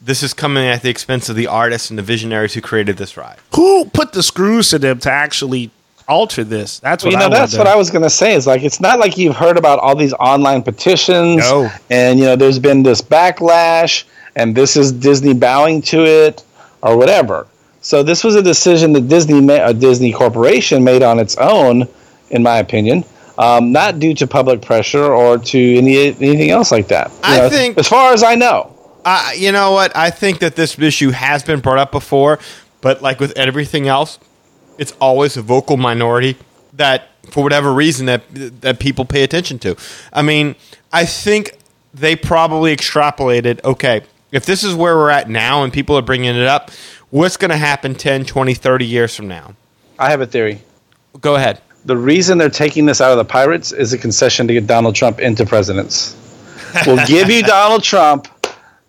S4: this is coming at the expense of the artists and the visionaries who created this ride.
S5: Who put the screws to them to actually alter this? That's what
S7: you
S5: I
S7: know, that's
S5: wonder.
S7: what I was gonna say. Is like it's not like you've heard about all these online petitions,
S4: No.
S7: and you know, there's been this backlash, and this is Disney bowing to it or whatever. So this was a decision that Disney, ma- a Disney Corporation, made on its own, in my opinion, um, not due to public pressure or to any anything else like that. You
S4: I think-
S7: as far as I know,
S4: I you know what? I think that this issue has been brought up before, but like with everything else, it's always a vocal minority that, for whatever reason, that that people pay attention to. I mean, I think they probably extrapolated. Okay, if this is where we're at now, and people are bringing it up, what's going to happen 10, 20, 30 years from now?
S7: I have a theory.
S4: Go ahead.
S7: the reason they're taking this out of the pirates is a concession to get Donald Trump into presidents. We'll give you Donald Trump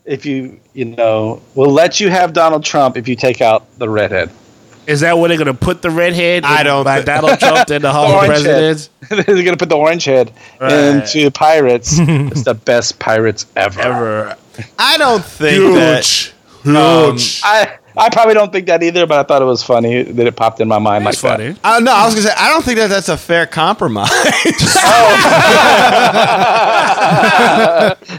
S7: if you you know we'll let you have Donald Trump if you take out the redhead.
S5: Is that where they're gonna put the redhead?
S4: I
S5: in-
S4: don't
S5: By
S4: thi-
S5: Donald Trump in the Hall of
S7: Orange
S5: Presidents.
S7: head. they're gonna put the orange head into the pirates. it's the best pirates ever.
S5: Ever
S4: I don't think that.
S5: huge, huge.
S7: I I probably don't think that either, but I thought it was funny that it popped in my mind
S5: That's
S7: like
S5: funny.
S4: Uh, no, I was gonna say I don't think that that's a fair compromise.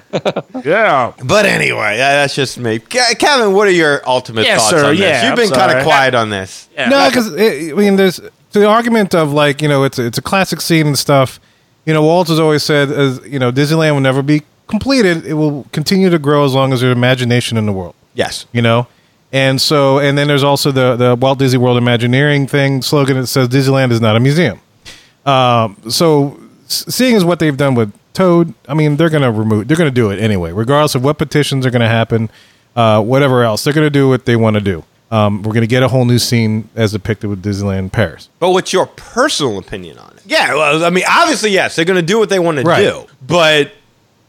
S5: Yeah.
S4: But anyway, yeah, that's just me. Ke- Kevin, what are your ultimate
S5: Yes,
S4: thoughts
S5: sir.
S4: on this?
S5: Yeah,
S4: You've been
S5: I'm
S4: kind of
S5: sorry.
S4: quiet on this.
S3: No, because I mean, there's the argument of like you know it's it's a classic scene and stuff. You know, Walt has always said, as you know, Disneyland will never be completed. It will continue to grow as long as there's imagination in the world.
S4: Yes.
S3: You know, and so and then there's also the the Walt Disney World Imagineering thing slogan that says Disneyland is not a museum. Um, so s- seeing as what they've done with Toad, I mean, they're gonna remove, they're gonna do it anyway, regardless of what petitions are gonna happen, uh, whatever else, they're gonna do what they want to do. Um, we're gonna get a whole new scene as depicted with Disneyland Paris.
S4: But what's your personal opinion on it? Yeah, well, I mean, obviously, yes, they're going to do what they want
S3: Right.
S4: to do. But,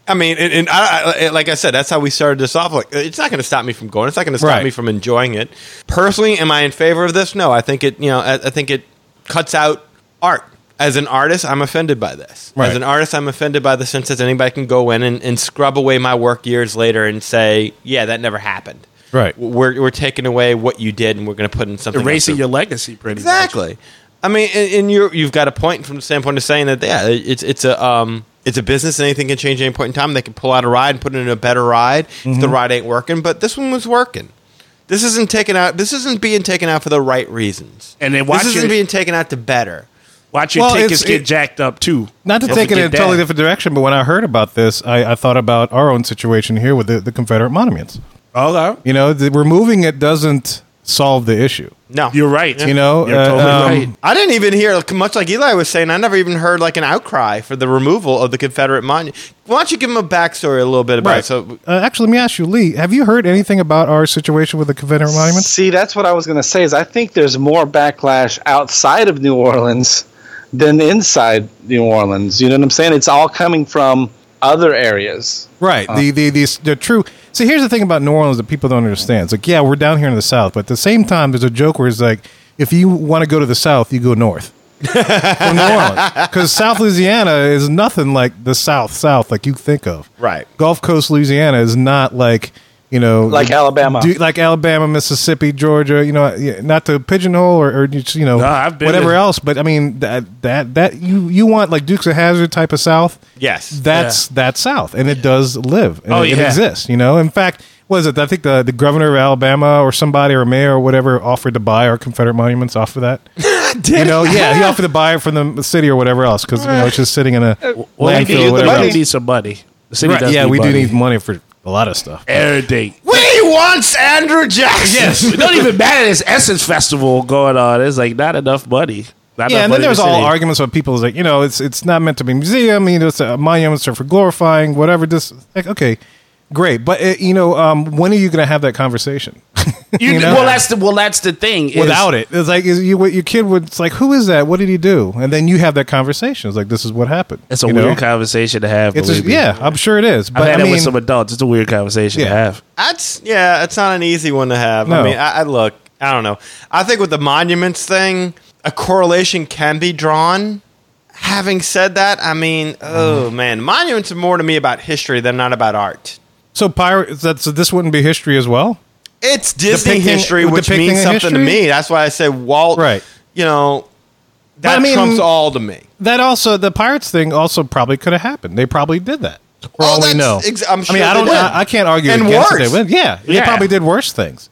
S4: I mean, and, and I, I, like I said, that's how we started this off. Like, it's not going to stop me from going. It's not going to stop
S3: Right.
S4: me from enjoying it. Personally, am I in favor of this? No, I think it, you know, I, I think it cuts out art. As an artist, I'm offended by this.
S3: Right.
S4: As an artist, I'm offended by the sense that anybody can go in and, and scrub away my work years later and say, yeah, that never happened.
S3: Right.
S4: We're, we're taking away what you did and we're going to put in something else
S5: Erasing
S4: that-
S5: your legacy, pretty much.
S4: Exactly. I mean, and, and you you've got a point from the standpoint of saying that yeah, it's it's a um, it's a business. Anything can change at any point in time. They can pull out a ride and put in a better ride if the
S5: Mm-hmm.
S4: ride ain't working. But this one was working. This isn't taken out. This isn't being taken out for the right reasons.
S5: And then watch
S4: this isn't
S5: your-
S4: being taken out to better.
S5: Watch your
S3: Well,
S5: tickets
S3: it's-
S5: get
S3: it-
S5: jacked up too.
S3: Not to
S5: Don't
S3: take it in a
S5: forget
S3: totally
S5: that.
S3: different direction, but when I heard about this, I, I thought about our own situation here with the, the Confederate monuments.
S5: Okay.
S3: You know, the, removing it doesn't solve the issue.
S4: No,
S5: You're right.
S3: You know,
S5: You're
S3: uh,
S5: totally
S3: um,
S5: right.
S4: I didn't even hear much like Eli was saying. I never even heard like an outcry for the removal of the Confederate monument. Why don't you give him a backstory a little bit about it? So
S3: uh, actually, let me ask you, Lee. Have you heard anything about our situation with the Confederate monuments?
S7: See, that's what I was going to say. Is I think there's more backlash outside of New Orleans than inside New Orleans. You know what I'm saying? It's all coming from other areas.
S3: Right. the, the the the true. See, here's the thing about New Orleans that people don't understand. It's like, yeah, we're down here in the South, but at the same time, there's a joke where it's like, if you want to go to the South, you go north. From New Orleans, because South Louisiana is nothing like the South South like you think of.
S4: Right.
S3: Gulf Coast Louisiana is not like you know
S7: Like
S3: the-
S7: Alabama.
S3: du- like Alabama, Mississippi, Georgia. You know, yeah, not to pigeonhole or, or just, you know
S5: No, I've been
S3: whatever
S5: to-
S3: else, but I mean that that that you you want like Dukes of Hazard type of South.
S4: yes,
S3: That's that South, and it does live. And
S5: Oh,
S3: it, it
S5: yeah.
S3: exists. You know, in fact, was it? I think the, the governor of Alabama or somebody or mayor or whatever offered to buy our Confederate monuments off of that. you know, yeah, he offered to buy it from the city or whatever else because you know it's just sitting in a
S5: Well,
S3: landfill.
S5: they could
S3: Or
S5: use,
S3: whatever.
S5: they
S3: else.
S5: could use some money. The city does
S3: yeah, we do
S5: money.
S3: need money for a lot of stuff.
S5: everything.
S4: We want Andrew Jackson.
S5: Yes, it don't even matter. This Essence Festival going on. It's like not enough money. Not
S3: Yeah,
S5: enough
S3: and
S5: money
S3: then there's
S5: to
S3: all
S5: city.
S3: arguments with people like, you know, it's it's not meant to be a museum. You know, it's a monument for glorifying whatever. This like, okay, great, but it, you know, um, when are you going to have that conversation?
S5: You,
S3: you know?
S5: Well, that's the well, that's the thing. is-
S3: Without it, it's like is you, what your kid would. It's like, who is that? What did he do? And then you have that conversation. It's like, this is what happened.
S5: it's a
S3: you
S5: weird
S3: know?
S5: conversation to have.
S3: It's a,
S5: believe me.
S3: yeah, I'm sure it is.
S5: I've
S3: But
S5: had
S3: I
S5: that
S3: mean,
S5: with some adults. It's a weird conversation to
S3: Yeah.
S5: have.
S4: That's yeah, it's not an easy one to have.
S3: No.
S4: I mean, I, I look, I don't know. I think with the monuments thing, a correlation can be drawn. Having said that, I mean, oh
S3: Mm-hmm.
S4: man, monuments are more to me about history than not about art.
S3: so pirates. That's this wouldn't be history as well.
S4: It's Disney
S3: Depicting-
S4: history, which
S3: depicting
S4: means
S3: a
S4: something to
S3: history?
S4: me. That's why I say Walt.
S3: Right.
S4: You know, that
S3: I mean-
S4: trumps all to me.
S3: That also the pirates thing also probably could have happened. They probably did that. For
S4: Oh,
S3: all we
S4: that's
S3: know,
S4: ex- I'm
S3: I mean,
S4: sure
S3: I
S4: they
S3: don't.
S4: did.
S3: I, I can't argue
S4: And
S3: against
S4: worse.
S3: It. They went- Yeah, they
S5: Yeah.
S3: probably did worse things.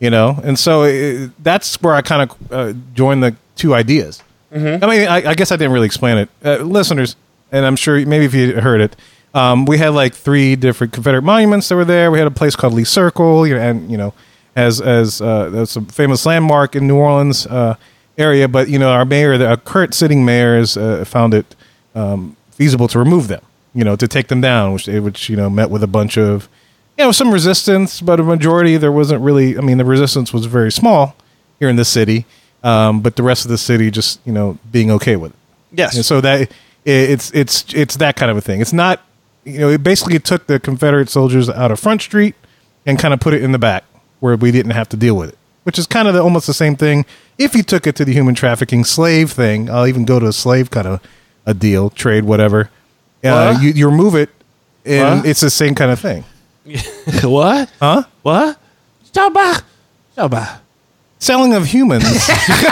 S3: You know, and so it, that's where I kind of uh, join the two ideas. I mean, I, I guess I didn't really explain it, uh, listeners, and I'm sure maybe if you heard it, um, we had like three different Confederate monuments that were there. We had a place called Lee Circle, you know, and you know, as as uh, that's a famous landmark in New Orleans uh, area. But you know, our mayor, the- our current sitting mayor, is, uh, found it um, feasible to remove them. You know, to take them down, which eh, which you know met with a bunch of you know some resistance, but a majority there wasn't really. I mean, the resistance was very small here in the city, um, but the rest of the city just you know being okay with it.
S4: Yes.
S3: And so that it, it's it's it's that kind of a thing. It's not you know it basically took the Confederate soldiers out of Front Street and kind of put it in the back where we didn't have to deal with it, which is kind of the, almost the same thing. If you took it to the human trafficking slave thing, I'll even go to a slave kind of a deal trade whatever. Uh,
S5: Huh?
S3: you, you remove it, and
S5: Huh?
S3: it's the same kind of thing.
S5: what?
S3: Huh?
S5: What? Talk about? Talk about?
S3: Selling of humans,
S5: They're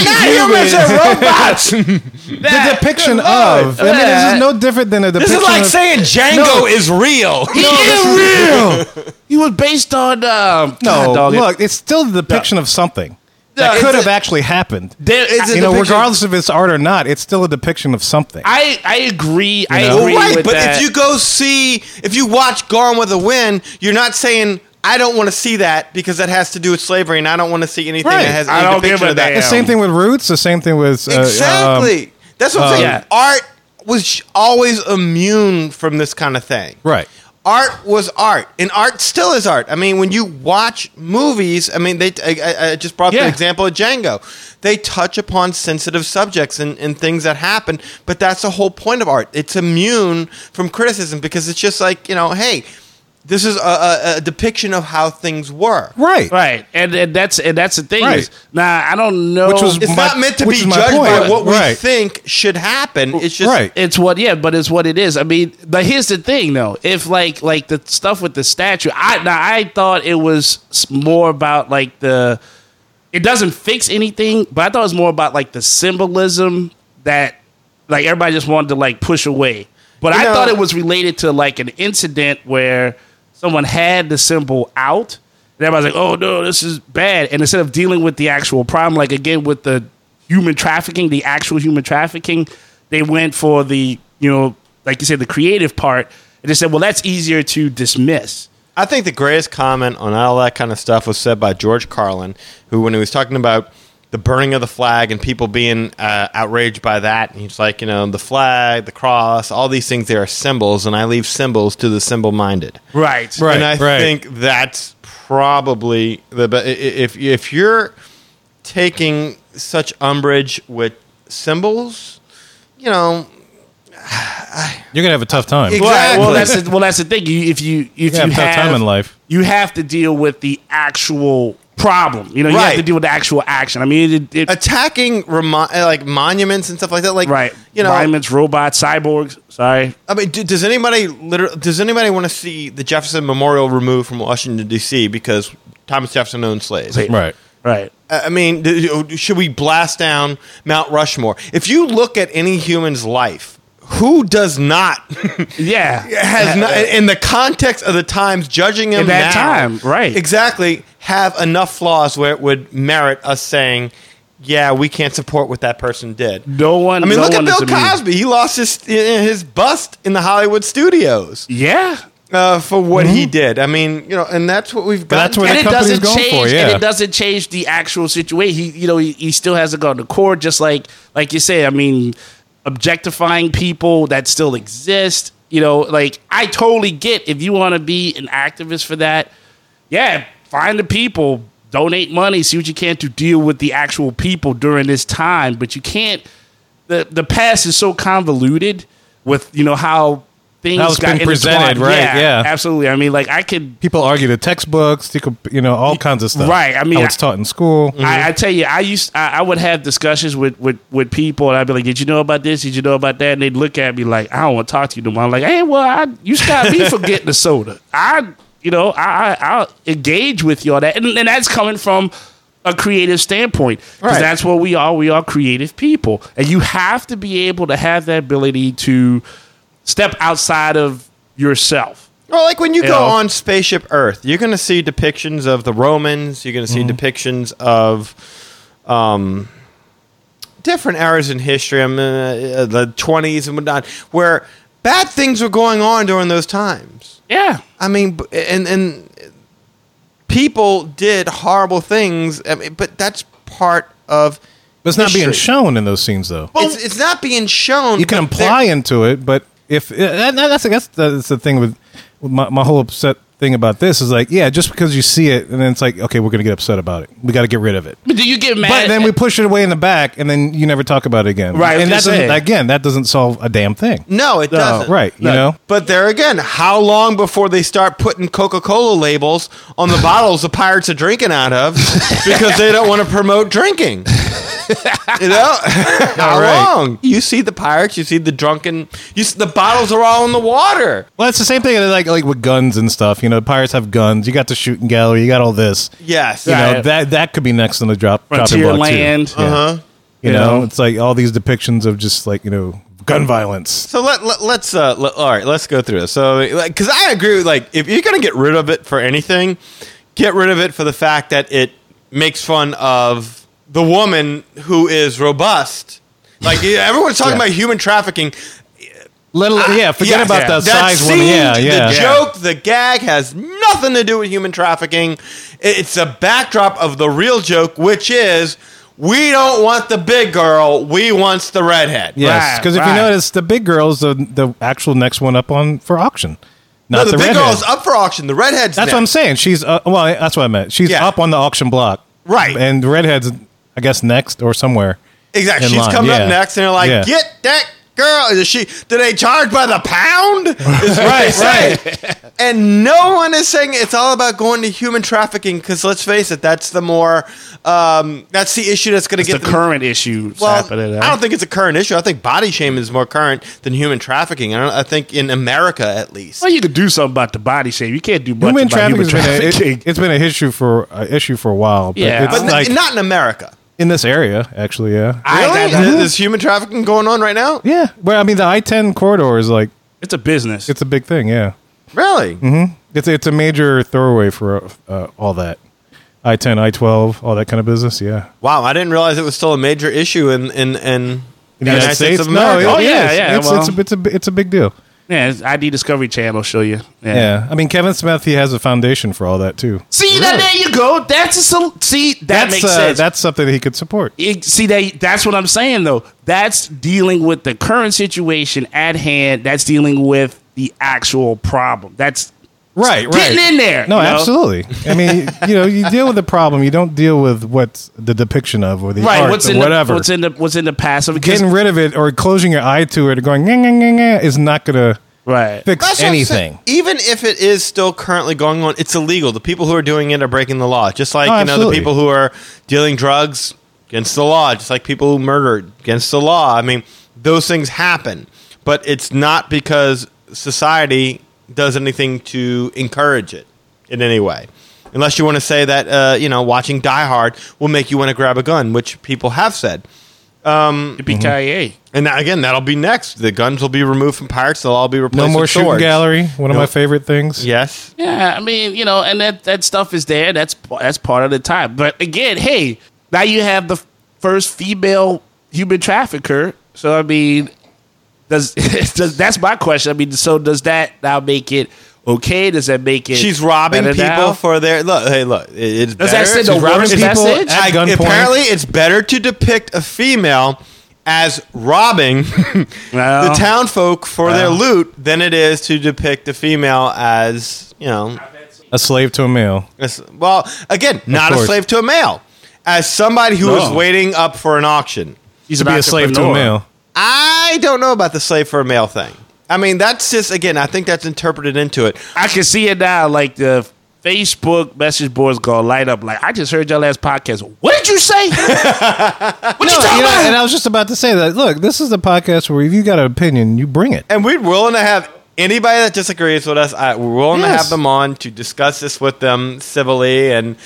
S5: not humans.
S4: robots.
S3: the depiction of. I mean, this is no different than a
S4: this
S3: depiction.
S4: is like
S3: of,
S4: saying Django is Oh, real.
S5: He was based on um,
S3: No,
S5: God, dog, it-
S3: look, it's still the depiction of something that
S5: it's
S3: could
S5: a-
S3: have actually happened.
S5: There is a
S3: you know,
S5: depiction-
S3: regardless if it's art or not, it's still a depiction of something.
S5: I I agree. I
S3: know?
S5: agree
S4: right,
S5: with
S4: but
S5: that.
S4: if you go see, if you watch Gone with the Wind, you're not saying I don't want to see that because that has to do with slavery, and I don't want to see anything
S3: Right.
S4: that has
S5: I
S4: any
S5: don't
S4: depiction
S5: give a
S4: of that.
S5: damn.
S3: the same thing with Roots. The same thing with uh, um,
S4: Exactly. That's what I'm saying.
S5: Yeah.
S4: Art was sh- always immune from this kind of thing.
S3: right.
S4: Art was art, and art still is art. I mean, when you watch movies, I mean, they. I- I, I just brought
S5: Yeah.
S4: the example of Django. They touch upon sensitive subjects and, and things that happen, but that's the whole point of art. It's immune from criticism because it's just like you know, hey, this is a, a, a depiction of how things were.
S3: um, Right.
S5: right, and, and that's and that's the thing
S3: Right.
S5: is now I don't know.
S3: Which was
S4: It's
S3: My-
S4: not meant to
S3: which
S4: be
S3: is my
S4: judged by
S3: point.
S4: what we
S3: Right.
S4: think should happen. It's just
S3: Right.
S5: it's what yeah, but it's what it is. I mean, but here's the thing though. If like like the stuff with the statue, I now I thought it was s- more about like the it doesn't fix anything, but I thought it was more about like the symbolism that like everybody just wanted to like push away. But I
S4: know-
S5: thought it was related to like an incident where someone had the symbol out and everybody's like, oh no, this is bad. And instead of dealing with the actual problem, like again with the human trafficking, the actual human trafficking, they went for the, you know, like you said, the creative part. And they said, well, that's easier to dismiss.
S4: I think the greatest comment on all that kind of stuff was said by George Carlin, who, when he was talking about the burning of the flag and people being uh, outraged by that, and he's like, you know, the flag, the cross, all these things, they are symbols, and I leave symbols to the symbol minded.
S5: Right.
S3: Right.
S4: and I think that's probably the be- i- i- if if you're taking such umbrage with symbols, you know,
S3: You're gonna have a tough time.
S4: Exactly.
S5: Well, well, that's the, well, that's the thing. You, if you if
S3: Yeah,
S5: you
S3: tough
S5: have
S3: time in life.
S5: you have to deal with the actual problem. You know, you have
S4: Right.
S5: to deal with the actual action. I mean, it, it,
S4: attacking remo- uh, like monuments and stuff like that, like
S5: right?
S4: you know,
S5: Monuments, robots, cyborgs. Sorry,
S4: I mean, do, does anybody liter- does anybody want to see the Jefferson Memorial removed from Washington D.C. because Thomas Jefferson owned slaves? I
S3: Right.
S5: right?
S4: I mean, do, do- should we blast down Mount Rushmore? If you look at any human's life, who does not
S5: Yeah,
S4: has not in the context of the times judging him
S5: Uh, In that
S4: now,
S5: time, right.
S4: Exactly, have enough flaws where it would merit us saying yeah, we can't support what that person did.
S5: No one.
S4: I mean,
S5: no
S4: look at
S5: one
S4: Bill
S5: is immune.
S4: Cosby. He lost his his bust in the Hollywood studios
S5: Yeah,
S4: uh, for what he did. I mean, you know, and that's what we've got.
S3: Mm-hmm. that's where
S5: and
S3: the
S5: it
S3: company's
S5: doesn't
S3: going
S5: change.
S3: for, yeah.
S5: And it doesn't change the actual situation. He, you know, he, he still hasn't gone to court. Just like like you say, I mean, objectifying people that still exist. You know, like I totally get if you want to be an activist for that. Yeah, find the people, donate money, see what you can to deal with the actual people during this time. But you can't. the The past is so convoluted with you know how. Things
S3: How it's
S5: got
S3: been presented,
S5: intertwined.
S3: right, yeah.
S5: absolutely. I mean, like I could
S3: People argue the textbooks, you could- you know, all kinds of stuff.
S5: Right, I mean,
S3: how it's
S5: I-
S3: taught in school.
S4: Mm-hmm.
S5: I, I tell you, I used I, I would have discussions with, with with people, and I'd be like, "Did you know about this? Did you know about that?" And they'd look at me like, "I don't want to talk to you no more." I'm like, "Hey, well, I, you stopped me from getting a soda. I, you know, I, I I'll engage with you on that, and, and that's coming from a creative standpoint because
S4: Right.
S5: that's what we are. We are creative people, and you have to be able to have that ability to step outside of yourself.
S4: Well, like when you
S5: You
S4: go
S5: know?
S4: on Spaceship Earth, you're going to see depictions of the Romans. You're going to see
S3: Mm-hmm.
S4: depictions of um, different eras in history. I mean, uh, the 20s and whatnot, where bad things were going on during those times.
S5: Yeah,
S4: I mean, b- and and people did horrible things. I mean, but that's part of.
S3: But it's not being
S4: history.
S3: shown in those scenes, though.
S4: It's, it's not being shown.
S3: you can
S4: but they're-
S3: imply into it, but if that, that- that's that's that's the thing with with my, my whole upset thing about this is like, yeah, just because you see it, and then it's like, okay, we're gonna get upset about it. We got to get rid of it.
S5: but do you get mad?
S3: But then we push it away in the back, and then you never talk about it again.
S5: Right, I was
S3: and that
S5: gonna
S3: doesn't,
S5: say.
S3: again, that doesn't solve a damn thing.
S4: No, it doesn't.
S3: right? You know,
S4: But there again, how long before they start putting Coca Cola labels on the bottles the pirates are drinking out of because they don't want to promote drinking? You know, how long? You see the pirates, you see the drunken, you see, the bottles are all in the water.
S3: well, it's the same thing like like with guns and stuff. You know, pirates have guns. You got the shooting gallery. You got all this.
S4: Yes,
S3: You know
S5: Right.
S3: that that could be next on the drop dropping
S5: Frontier
S3: block
S5: land.
S3: Too. Yeah. You know, it's like all these depictions of just like you know gun violence.
S4: So let, let us uh let, all right, let's go through this. So because I agree with like if you're gonna get rid of it for anything, get rid of it for the fact that it makes fun of the woman who is robust. Like yeah, everyone's talking about human trafficking.
S3: Let alone, yeah, forget
S4: Yes,
S3: about the
S4: Ah, that
S3: size one. Yeah,
S4: scene,
S3: yeah.
S4: The joke, the gag has nothing to do with human trafficking. I- It's a backdrop of the real joke, which is we don't want the big girl, we wants the redhead.
S3: Yes,
S5: Right,
S3: because if
S5: right.
S3: you notice, the big girl's the, the actual next one up on for auction,
S4: No,
S3: not
S4: the,
S3: the,
S4: big
S3: redhead.
S4: girl's up for auction. The redhead's
S3: that's
S4: next.
S3: what I'm saying. She's uh, well, that's what I meant. She's
S4: Yeah.
S3: up on the auction block,
S4: Right.
S3: And the redhead's, I guess, next or somewhere.
S4: Exactly.
S3: in
S4: She's
S3: line.
S4: coming
S3: Yeah.
S4: up next, and they're like,
S3: Yeah.
S4: "Get that girl!" Is she? Do they charge by the pound? Is right, right. and no one is saying it's all about going to human trafficking because let's face it, that's the more um, that's the issue that's going to
S5: the
S4: get them-
S5: current issues
S4: Well,
S5: happening. eh? huh?
S4: I don't think it's a current issue. I think body shame is more current than human trafficking. I, don't, I think in America, at least.
S5: Well, you could do something about the body shape. You can't do much
S3: Human
S5: about
S3: trafficking
S5: human
S3: has been a,
S5: trafficking.
S3: it, has been an issue for uh, issue for a while. But
S5: Yeah.
S3: it's
S4: but n-
S3: like
S4: not in America.
S3: in this area, actually. Yeah,
S5: I-
S4: Really?
S5: that- that-
S4: Is human trafficking going on right now?
S3: yeah. Well, I mean, the I-10 corridor is like
S5: it's a business.
S3: it's a big thing. Yeah,
S4: Really?
S3: it's it's a major thoroughway for uh, uh, all that I-10, I-12, all that kind of business. Yeah.
S4: Wow, I didn't realize it was still a major issue in in in
S3: In the United States? No,
S5: America.
S3: it-
S5: Oh, yeah,
S3: it's-
S5: yeah,
S3: It's, it's, a, it's, a, it's a big deal.
S5: yeah, it's ID Discovery Channel show you. Yeah.
S3: Yeah. I mean, Kevin Smith, he has a foundation for all that, too.
S5: See that? There you go. That's a sol- see. That makes
S3: uh,
S5: sense.
S3: That's something that he could support.
S5: It- see that? That's what I'm saying though. That's dealing with the current situation at hand. That's dealing with the actual problem. That's
S3: Right, right.
S5: Getting in there,
S3: No,
S5: you know?
S3: absolutely. I mean, you know, you deal with the problem. You don't deal with what's the depiction of or the
S5: right.
S3: art
S5: what's
S3: or
S5: in
S3: whatever.
S5: The, what's in the what's in the past? Because,
S3: Getting rid of it or closing your eye to it or going, "Nyeh, nyeh, nyeh, nyeh," is not going to
S5: right.
S3: fix
S4: That's what I'm saying.
S3: anything.
S4: Even if it is still currently going on, it's illegal. The people who are doing it are breaking the law. Just like
S3: Oh,
S4: you know, the
S3: absolutely.
S4: people who are dealing drugs against the law. Just like people who murdered against the law. I mean, those things happen, but it's not because society does anything to encourage it in any way. Unless you want to say that uh, you know watching Die Hard will make you want to grab a gun, which people have said.
S5: It'd be Kanye.
S4: And that, again, that'll be next. The guns will be removed from pirates. They'll all be replaced.
S3: No more
S4: with
S3: shooting
S4: swords.
S3: gallery. One of my favorite things.
S4: Yes.
S5: Yeah, I mean, you know, and that that stuff is there. That's that's part of the time. But again, hey, now you have the first female human trafficker. So I mean, does, does that's my question? I mean, so does that now make it okay? Does that make it?
S4: She's robbing
S5: better
S4: people
S5: now?
S4: for their look. Hey, look, it- it's
S5: Does
S4: better.
S5: that send a
S4: It's
S5: worse
S4: robbing people
S5: message?
S4: at
S3: gunpoint.
S4: Apparently, it's better to depict a female as robbing
S5: Well.
S4: the town folk for their loot than it is to depict a female as you know.
S3: A slave to a male.
S4: as- well, again, not a
S3: course.
S4: slave to a male, as somebody who is
S5: No.
S4: waiting up for an auction.
S5: She's
S3: To be a slave to a male.
S4: I don't know about the slave for a male thing. I mean, that's just again. I think that's interpreted into it.
S5: I can see it now. Like the Facebook message board's gonna light up. Like I just heard your last podcast. What did you say? what you
S3: No,
S5: talking
S3: you know,
S5: about?
S3: and I was just about to say that. Look, this is the podcast where if you got an opinion, you bring it.
S4: and we're willing to have anybody that disagrees with us. I, we're willing to
S3: Yes.
S4: have them on to discuss this with them civilly, and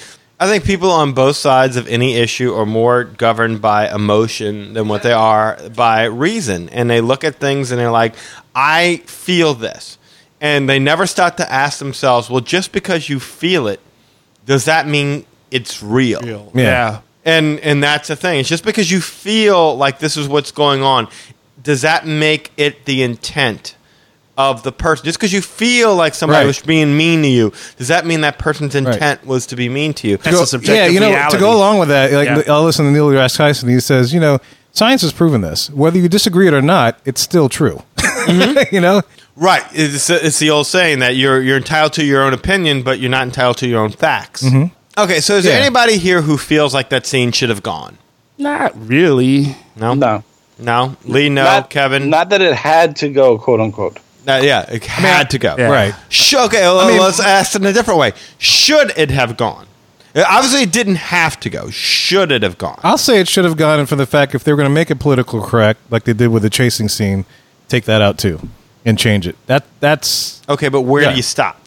S4: I think people on both sides of any issue are more governed by emotion than what they are by reason, and they look at things and they're like, "I feel this," and they never stop to ask themselves, "Well, just because you feel it, does that mean it's real.
S3: Yeah.
S4: And and that's the thing. It's just because you feel like this is what's going on, does that make it the intent of the person? Just because you feel like somebody
S3: Right.
S4: was being mean to you, does that mean that person's intent was to be mean to you?
S5: That's a subjective
S3: yeah, you know,
S5: reality.
S3: to go along with that, like
S5: Yeah.
S3: I'll listen to Neil deGrasse Tyson. He says, you know, science has proven this. Whether you disagree it or not, it's still true. you know,
S4: Right. It's, it's the old saying that you're you're entitled to your own opinion, but you're not entitled to your own facts.
S5: Mm-hmm.
S4: Okay, so is there
S3: Yeah.
S4: anybody here who feels like that scene should have gone?
S5: Not really.
S4: No,
S7: No.
S4: no. Lee, no.
S7: Not-
S4: Kevin,
S7: Not that it had to go, quote unquote.
S4: Uh, yeah, it had to go.
S5: yeah.
S3: right?
S4: Sh- okay, well, let's ask in a different way. Should it have gone? Uh, Obviously, it didn't have to go. Should it have gone?
S3: I'll say it should have gone in for the fact if they were going to make it political correct, like they did with the chasing scene, take that out too and change it. That that's
S4: okay, but where
S3: Yeah.
S4: do you stop?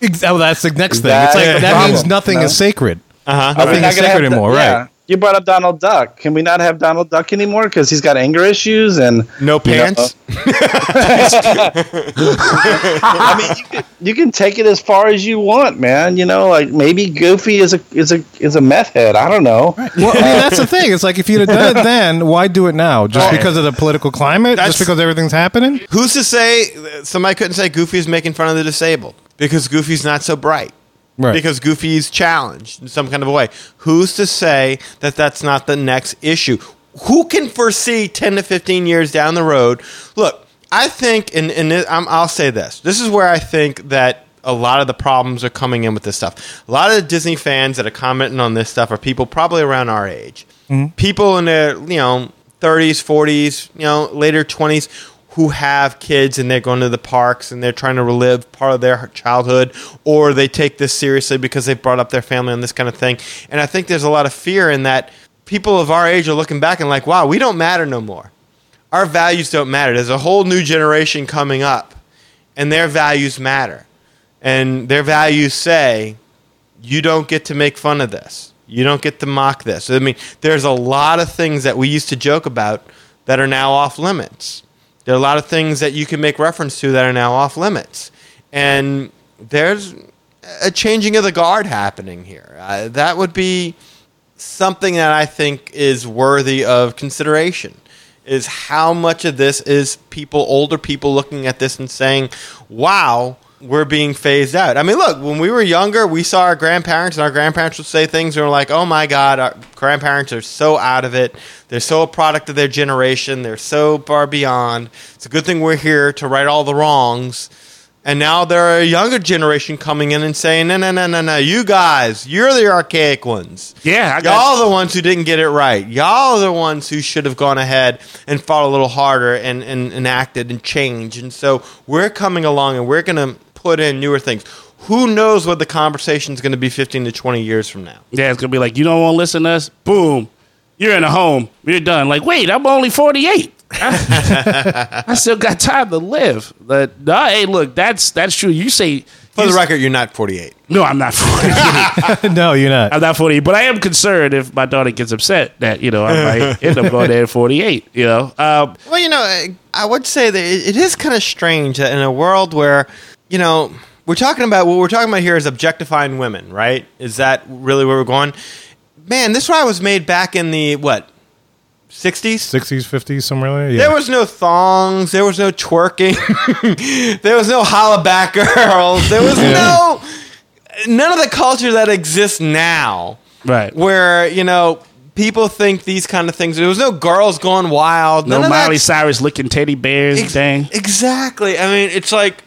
S3: ex- oh, that's the next thing.
S7: That
S3: it's like
S7: is the
S3: that means
S7: problem,
S3: nothing
S7: no?
S3: is sacred.
S4: Uh huh.
S7: Are we
S3: Uh-huh. Nothing
S7: not
S3: is
S7: gonna
S3: sacred
S7: have
S3: anymore,
S7: yeah.
S3: right?
S7: You brought up Donald Duck. Can we not have Donald Duck anymore? Because he's got anger issues and
S4: No
S7: uh,
S4: pants.
S7: I mean, you can, you can take it as far as you want, man. You know, like maybe Goofy is a is a is a meth head. I don't know.
S3: Well, I mean, that's the thing. It's like if you'd have done it then, why do it now? Just
S4: Right.
S3: because of the political climate?
S4: That's-
S3: just because everything's happening?
S4: Who's to say uh, somebody couldn't say Goofy's making fun of the disabled because Goofy's not so bright?
S3: Right.
S4: Because Goofy's challenged in some kind of a way. Who's to say that that's not the next issue? Who can foresee 10 to 15 years down the road? Look, I think, and, and it- I'm, I'll say this this is where I think that a lot of the problems are coming in with this stuff. A lot of the Disney fans that are commenting on this stuff are people probably around our age. People in their, you know, 30s, 40s, you know, later 20s who have kids and they're going to the parks and they're trying to relive part of their childhood or they take this seriously because they've brought up their family on this kind of thing. And I think there's a lot of fear in that people of our age are looking back and like, wow, we don't matter no more. Our values don't matter. There's a whole new generation coming up and their values matter. And their values say, you don't get to make fun of this. You don't get to mock this. I mean, there's a lot of things that we used to joke about that are now off limits. There are a lot of things that you can make reference to that are now off limits. And there's a changing of the guard happening here. Uh, that would be something that I think is worthy of consideration is how much of this is people, older people looking at this and saying, wow, we're being phased out. I mean, look, when we were younger, we saw our grandparents, and our grandparents would say things, and we're like, oh my God, our grandparents are so out of it. They're so a product of their generation. They're so far beyond. It's a good thing we're here to right all the wrongs. And now there are a younger generation coming in and saying, no, no, no, no, no, you guys, you're the archaic ones.
S5: Yeah, I got-
S4: Y'all are the ones who didn't get it right. Y'all are the ones who should have gone ahead and fought a little harder and, and, and acted and changed. And so we're coming along and we're going to put in newer things. Who knows what the conversation is going to be 15 to 20 years from now?
S5: Yeah, it's gonna be like you don't want to listen to us. Boom, you're in a home. You're done. Like, wait, I'm only 48. I still got time to live. But no, hey, look, that's that's true. You say
S4: For the
S5: you-
S4: record, you're not 48.
S5: No, I'm not 48.
S3: no, you're not.
S5: I'm not 48, but I am concerned if my daughter gets upset that you know I might end up going there at 48. You know, um,
S4: Well, you know, I- I would say that it it is kind of strange that in a world where, you know, we're talking about what we're talking about here is objectifying women, right? Is that really where we're going? Man, this ride was made back in the what 60s?
S3: 60s, 50s, somewhere there. Yeah.
S4: There was no thongs. There was no twerking. there was no holla back girls. There was no none of the culture that exists now,
S5: Right.
S4: where you know people think these kind of things. There was no girls going wild.
S5: No
S4: none of that
S5: Miley Cyrus licking teddy bears.
S4: Ex-
S5: dang.
S4: Exactly. I mean, it's like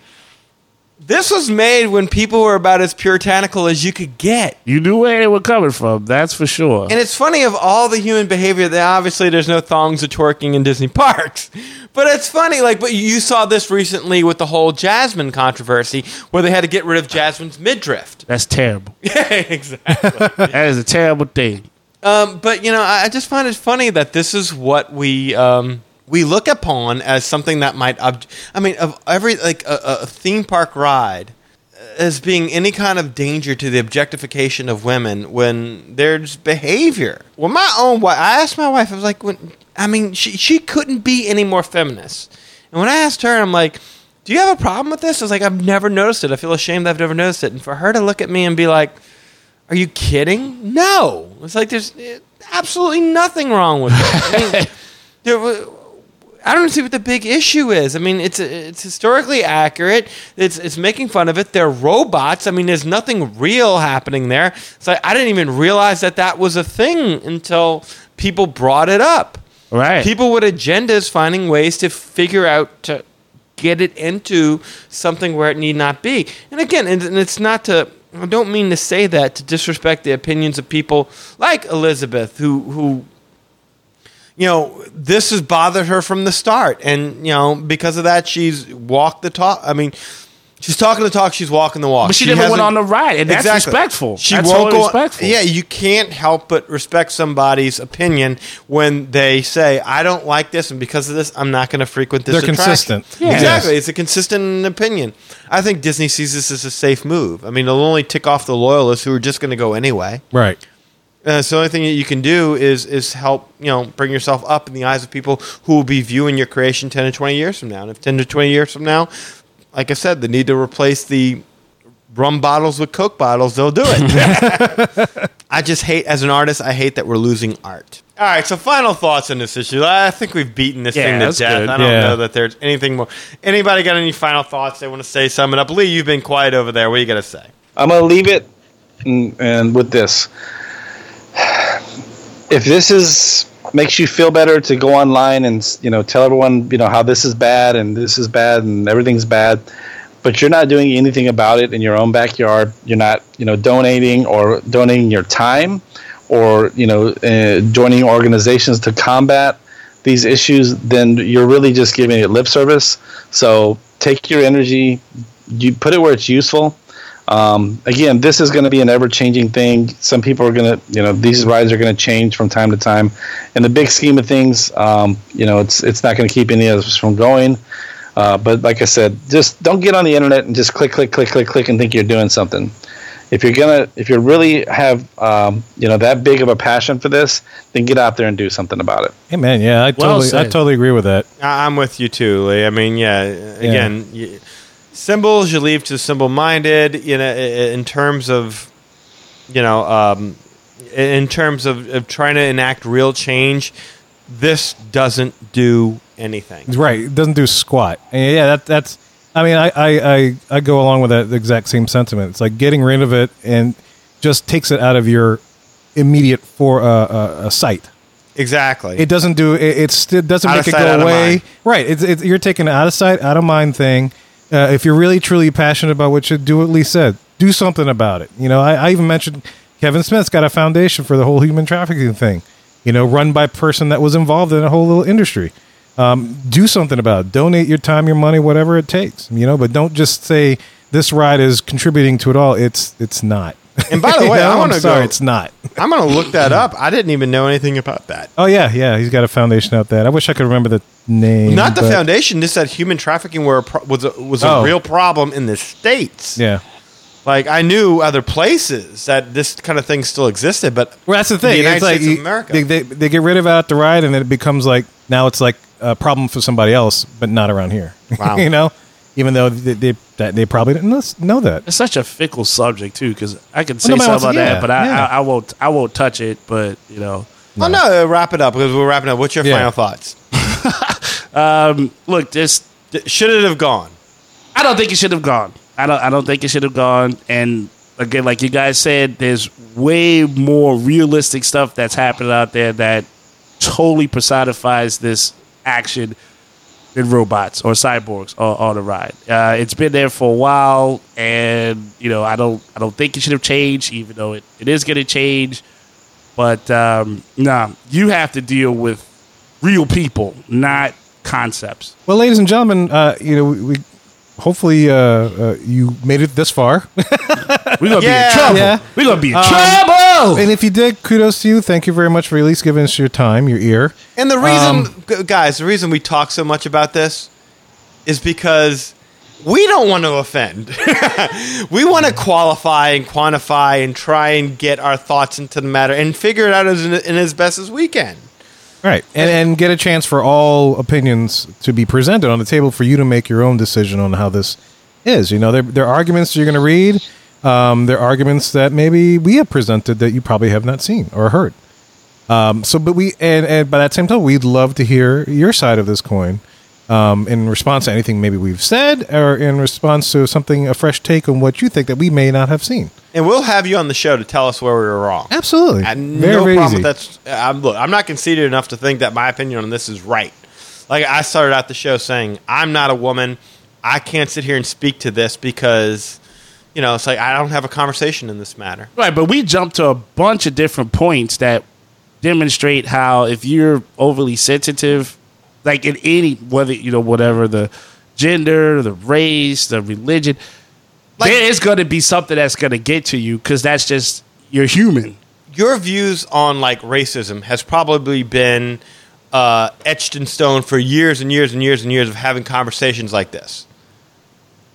S4: this was made when people were about as puritanical as you could get.
S5: You knew where they were coming from. That's for sure.
S4: And it's funny of all the human behavior that obviously there's no thongs or twerking in Disney parks. But it's funny, like but you saw this recently with the whole Jasmine controversy where they had to get rid of Jasmine's midriff.
S5: That's terrible.
S4: Yeah, exactly.
S5: that is a terrible thing.
S4: Um, but you know, I, I just find it funny that this is what we um, we look upon as something that might. Ob- I mean, of every like a, a a theme park ride as being any kind of danger to the objectification of women when there's behavior. Well, my own wife. I asked my wife. I was like, when I mean, she she couldn't be any more feminist. And when I asked her, I'm like. Do you have a problem with this? I was like, I've never noticed it. I feel ashamed that I've never noticed it. And for her to look at me and be like, are you kidding? No. It's like there's eh, absolutely nothing wrong with it. I, mean, there wa- I don't see what the big issue is. I mean, it's it's historically accurate. It's it's making fun of it. They're robots. I mean, there's nothing real happening there. It's like I didn't even realize that that was a thing until people brought it up.
S5: Right.
S4: People with agendas finding ways to figure out to get it into something where it need not be. And again, and, and it's not to I don't mean to say that to disrespect the opinions of people like Elizabeth who who you know, this has bothered her from the start and you know, because of that she's walked the talk. I mean, she's talking the talk, she's walking the walk.
S5: But she never went
S4: hasn't-
S5: on the ride, and that's respectful. That's totally respectful.
S4: Yeah, you can't help but respect somebody's opinion when they say, "I don't like this, and because of this, I'm not going to frequent this."
S3: They're
S4: attraction."
S3: consistent. Yeah.
S4: Exactly,
S3: Yes.
S4: it's a consistent opinion. I think Disney sees this as a safe move. I mean, it'll only tick off the loyalists who are just going to go anyway.
S3: Right.
S4: Uh, so the only thing that you can do is is help you know bring yourself up in the eyes of people who will be viewing your creation ten to twenty years from now. And if ten to twenty years from now, like I said, the need to replace the rum bottles with Coke bottles, they'll do it. I just hate as an artist, I hate that we're losing art. All right, so final thoughts on this issue. I think we've beaten this
S5: Yeah,
S4: thing to
S5: that's
S4: death.
S5: good.
S4: I don't
S3: Yeah.
S4: know that there's anything more. Anybody got any final thoughts they want to say? Sum it up. Lee, you've been quiet over there. What do you got to say?
S7: I'm gonna leave it and, and with this. If this is makes you feel better to go online and you know tell everyone you know how this is bad and this is bad and everything's bad, but you're not doing anything about it in your own backyard. You're not you know donating or donating your time or you know uh, joining organizations to combat these issues. Then you're really just giving it lip service. So take your energy, you put it where it's useful um, again, this is going to be an ever changing thing. Some people are going to, you know, these rides are going to change from time to time. In the big scheme of things, um, you know, it's it's not going to keep any of us from going. Uh, but like I said, just don't get on the internet and just click, click, click, click, click, and think you're doing something. If you're gonna, if you really have, um, you know, that big of a passion for this, then get out there and do something about it.
S3: Hey, man. Yeah, I
S5: Well
S3: totally, I
S5: said.
S3: totally agree with that.
S4: I- I'm with you too, Lee. I mean, yeah. Again, y symbols you leave to symbol-minded. You know, i- i- in terms of, you know, um, i- in terms of, of trying to enact real change, this doesn't do anything.
S3: Right. It doesn't do squat. And yeah, that, that's. I mean, I, I, I, I go along with that exact same sentiment. It's like getting rid of it and just takes it out of your immediate for uh, uh, uh, sight.
S4: Exactly.
S3: It doesn't do. It, it still doesn't
S4: Out
S3: make
S4: of
S3: it
S4: sight, out
S3: go
S4: of
S3: away.
S4: mind.
S3: Right. It's, it's you're taking an out of sight, out of mind thing. Uh, if you're really truly passionate about what you do, at least said, do something about it. You know, I, I even mentioned Kevin Smith's got a foundation for the whole human trafficking thing. You know, run by a person that was involved in a whole little industry. Um, do something about it. Donate your time, your money, whatever it takes. You know, but don't just say this ride is contributing to it all. It's it's not.
S4: And by the
S3: You
S4: way, I
S3: know, I'm
S4: wanna
S3: sorry,
S4: go-
S3: it's not.
S4: I'm gonna look that up. I didn't even know anything about that.
S3: Oh yeah, yeah. He's got a foundation out there. I wish I could remember the name.
S4: Not the
S3: but-
S4: foundation. Just that human trafficking were a pro- was a, was a
S3: Oh.
S4: real problem in the states.
S3: Yeah.
S4: Like I knew other places that this kind of thing still existed, but
S3: Well, that's the thing.
S4: The United
S3: it's like
S4: States of
S3: you-
S4: America.
S3: They, they they get rid of it at the ride, and then it becomes like now it's like a problem for somebody else, but not around here.
S4: Wow.
S3: you know, even though they they, that, they probably didn't lis- know that.
S5: It's such a fickle subject too, because I can say
S3: nobody
S5: something
S3: wants to-
S5: about
S3: yeah,
S5: that, but I,
S3: yeah.
S5: I, I won't. I won't touch it. But you know,
S4: Oh no, wrap it up because we're wrapping up. What's your
S3: Yeah.
S4: final thoughts?
S5: Look, this
S4: D- Should it have gone?
S5: I don't think it should have gone. I don't. I don't think it should have gone. And again, like you guys said, there's way more realistic stuff that's happening out there that totally personifies this action than robots or cyborgs or on the ride. Uh, it's been there for a while, and you know, I don't. I don't think it should have changed, even though it, it is going to change. But um, nah, you have to deal with real people, not concepts.
S3: Well, ladies and gentlemen, uh, you know we, we hopefully uh, uh, you made it this far,
S5: We're gonna be
S4: Yeah.
S5: in trouble.
S3: Yeah.
S5: We're gonna be in trouble.
S3: and if you did, kudos to you. Thank you very much for at least giving us your time, your ear.
S4: And the reason, g- guys, the reason we talk so much about this is because we don't want to offend. we want to qualify and quantify and try and get our thoughts into the matter and figure it out as in, in as best as we can.
S3: Right. And, and get a chance for all opinions to be presented on the table for you to make your own decision on how this is. You know, there, there are arguments that you're going to read. Um, there are arguments that maybe we have presented that you probably have not seen or heard. Um, so, but we, and, and by that same token, we'd love to hear your side of this coin um, in response to anything maybe we've said or in response to something, a fresh take on what you think that we may not have seen.
S4: And we'll have you on the show to tell us where we were wrong.
S3: Absolutely.
S4: And no problem. With that. uh, I'm, look, I'm not conceited enough to think that my opinion on this is right. Like I started out the show saying, I'm not a woman. I can't sit here and speak to this because, you know, it's like I don't have a conversation in this matter.
S5: Right, but we jumped to a bunch of different points that demonstrate how if you're overly sensitive, like in any whether you know whatever the gender, the race, the religion, there is going to be something that's going to get to you because that's just you're human.
S4: your views on like racism has probably been uh, etched in stone for years and years and years and years of having conversations like this,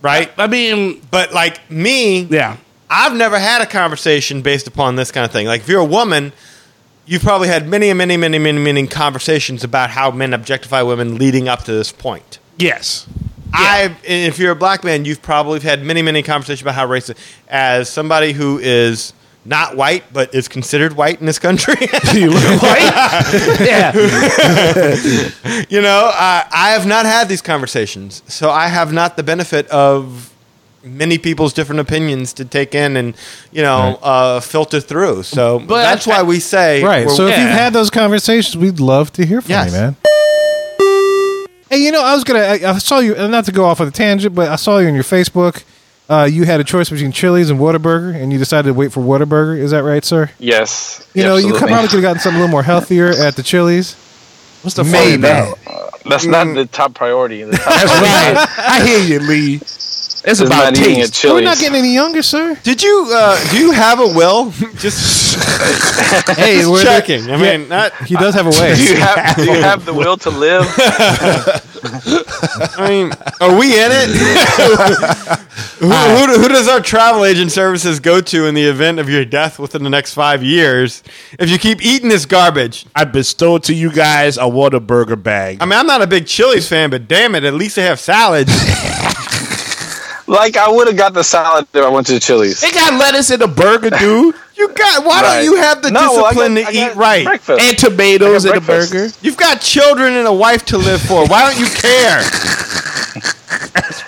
S4: right?
S5: I mean,
S4: But like me,
S5: yeah,
S4: I've never had a conversation based upon this kind of thing. Like if you're a woman, you've probably had many, many, many, many, many conversations about how men objectify women leading up to this point.
S5: yes,
S4: I, if you're a black man, you've probably had many, many conversations about how racist. As somebody who is not white but is considered white in this country,
S5: you look white. yeah,
S4: you know, I, I have not had these conversations, so I have not the benefit of many people's different opinions to take in and you know uh, filter through. So that's why we say
S3: Right.
S4: we're-
S3: So if
S5: yeah.
S3: you've had those conversations, we'd love to hear from you,
S4: Yes.
S3: man. Hey, you know, I was gonna. I, I saw you. and Not to go off on a tangent, but I saw you on your Facebook. Uh, you had a choice between Chili's and Whataburger, and you decided to wait for Whataburger. Is that right, sir?
S9: Yes.
S3: You know, you could-
S9: absolutely.
S3: probably could have gotten something a little more healthier at the Chili's.
S5: what's the
S3: Maybe.
S5: Fun
S9: That's not the top priority. The top
S5: that's
S9: priority
S5: right. I hear you, Lee. It's
S9: is
S5: about
S9: not eating
S5: taste.
S9: at
S3: Mm, We're not
S9: Chili's.
S3: getting any younger, sir.
S4: Did you uh, do you have a will? Just
S3: hey, we're
S4: checking. I mean, not,
S3: He does have a
S9: Do you
S3: way.
S9: have do you have the will to live?
S4: I mean, are we in it? who, who, who does our travel agent services go to in the event of your death within the next five years? If you keep eating this garbage,
S5: I bestowed to you guys a Whataburger bag.
S4: I mean, I'm not a big Chili's fan, but damn it, at least they have salads.
S9: Like I would have got the salad if I went to the Chili's.
S5: They got lettuce in the burger, dude,
S4: You got why
S9: Right.
S4: don't you have the
S9: No, well, I
S4: discipline
S9: got- I
S4: to eat
S9: got
S4: right?
S9: Breakfast.
S5: and tomatoes in
S9: I
S5: the
S9: got breakfast.
S5: burger.
S4: You've got children and a wife to live for. Why don't you care?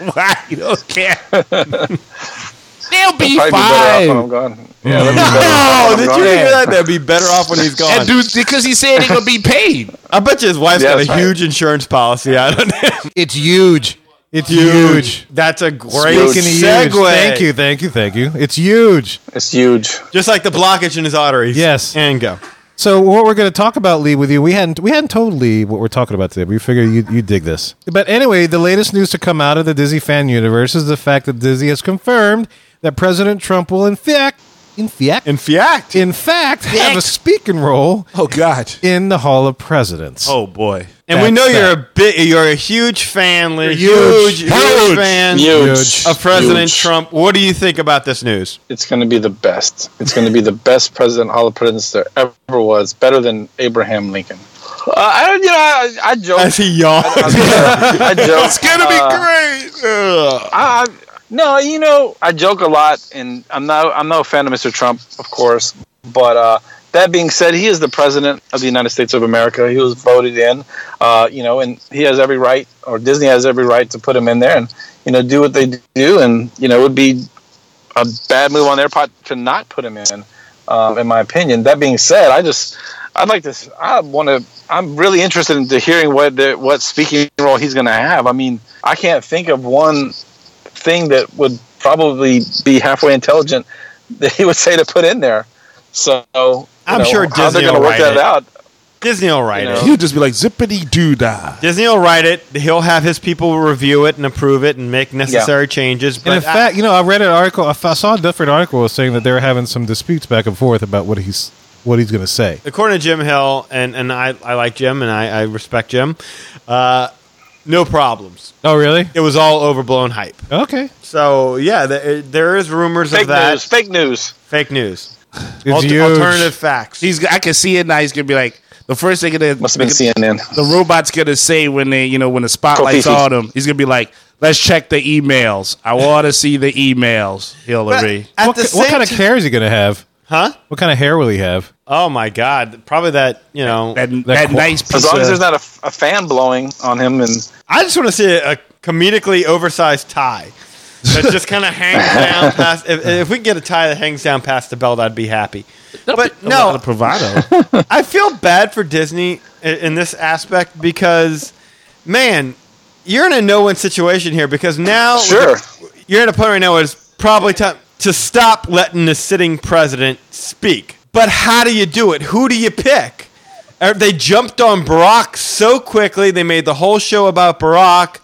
S5: Why you don't care? They'll be
S9: Probably be better off when I'm
S5: fine.
S9: gone. Yeah, that'd be better off
S4: Oh,
S9: when I'm
S4: did
S9: gone.
S4: you hear that? They'd be better off when he's gone.
S5: And dude, because he said he gonna be paid.
S4: I bet you his wife's
S9: Yeah,
S4: got
S9: that's
S4: a
S9: right.
S4: huge insurance policy out of it.
S3: it's huge. It's huge.
S4: That's a great
S3: Speaking of
S4: segue.
S3: huge, thank you, thank you, thank you. It's huge.
S9: It's huge.
S4: Just like the blockage in his arteries.
S3: Yes.
S4: And go.
S3: So what we're going to talk about, Lee, with you, we hadn't we hadn't told Lee what we're talking about today, but we figure you you dig this. But anyway, the latest news to come out of the Disney fan universe is the fact that Disney has confirmed that President Trump will in fact, in fact,
S4: In fact.
S3: in fact, have a speaking role
S5: Oh God.
S3: in the Hall of Presidents.
S5: Oh boy.
S4: And we
S3: That's
S4: know you're
S3: that.
S4: a bit you're a huge fan, Lee.
S3: Huge.
S4: Huge, huge,
S5: Huge.
S4: fan
S9: Huge.
S4: of President
S9: Huge.
S4: Trump. What do you think about this news?
S9: It's going to be the best. It's going to be the best president all the presidents there ever was. Better than Abraham Lincoln. Uh, I don't. You know, I, I joke.
S4: As he yawns.
S9: I, I joke.
S4: It's gonna be great.
S5: Uh,
S4: Ugh.
S9: I, I- no, you know, I joke a lot, and I'm not. I'm no fan of Mr. Trump, of course, but uh,
S7: That being said, he is the president of the United States of America. He was voted in, uh, you know, and he has every right, or Disney has every right to put him in there and you know do what they do. And you know, it would be a bad move on their part to not put him in, um, in my opinion. That being said, I just I'd like to s- I want to I'm really interested into hearing what the, what speaking role he's going to have. I mean, I can't think of one thing that would probably be halfway intelligent that he would say to put in there. So you
S4: I'm
S7: know,
S4: sure
S7: how they're
S4: Disney
S7: going to
S4: will
S7: work
S4: write
S7: that
S4: it.
S7: out.
S4: Disney eh? will write
S7: You
S4: it.
S7: know.
S5: He'll just be like zippity doo dah.
S4: Disney will write it. He'll have his people review it and approve it and make necessary changes. But
S3: And in
S4: I-
S3: fact, you know, I read an article. I f- I saw a different article was saying that they were having some disputes back and forth about what he's what he's going to say.
S4: according to Jim Hill, and, and I, I like Jim and I, I respect Jim, uh, no problems.
S3: Oh, really?
S4: It was all overblown hype.
S3: Okay.
S4: So yeah, th- there is rumors
S7: Fake
S4: of that
S7: news. Fake news.
S4: fake news,
S3: It's
S4: Al-
S3: huge.
S4: alternative facts.
S5: He's I can see it now. He's gonna be like the first thing that
S7: Must have been CNN.
S5: the robot's gonna say when they you know when the spotlight's
S7: Kofifi.
S5: on him. He's gonna be like, let's check the emails. I want to see the emails, Hillary.
S4: At
S3: what,
S4: the
S3: ki- what
S4: same
S3: kind of
S4: ti-
S3: hair is he going to have?
S4: huh?
S3: What kind of hair will he have?
S4: Oh my God! Probably that you know.
S5: that that,
S3: that qu-
S5: nice piece.
S7: As long
S5: of,
S7: as there's not a, a fan blowing on him, and
S4: I just want to see a, a comedically oversized tie that just kind of hangs down past. If, if we can get a tie that hangs down past the belt, I'd be happy. But no,
S5: bravado.
S4: I feel bad for Disney i- in this aspect because, man, you're in a no-win situation here because now
S7: Sure.
S4: you're at a point right now where it's probably time to stop letting the sitting president speak. But how do you do it? Who do you pick? Uh, They jumped on Barack so quickly. They made the whole show about Barack,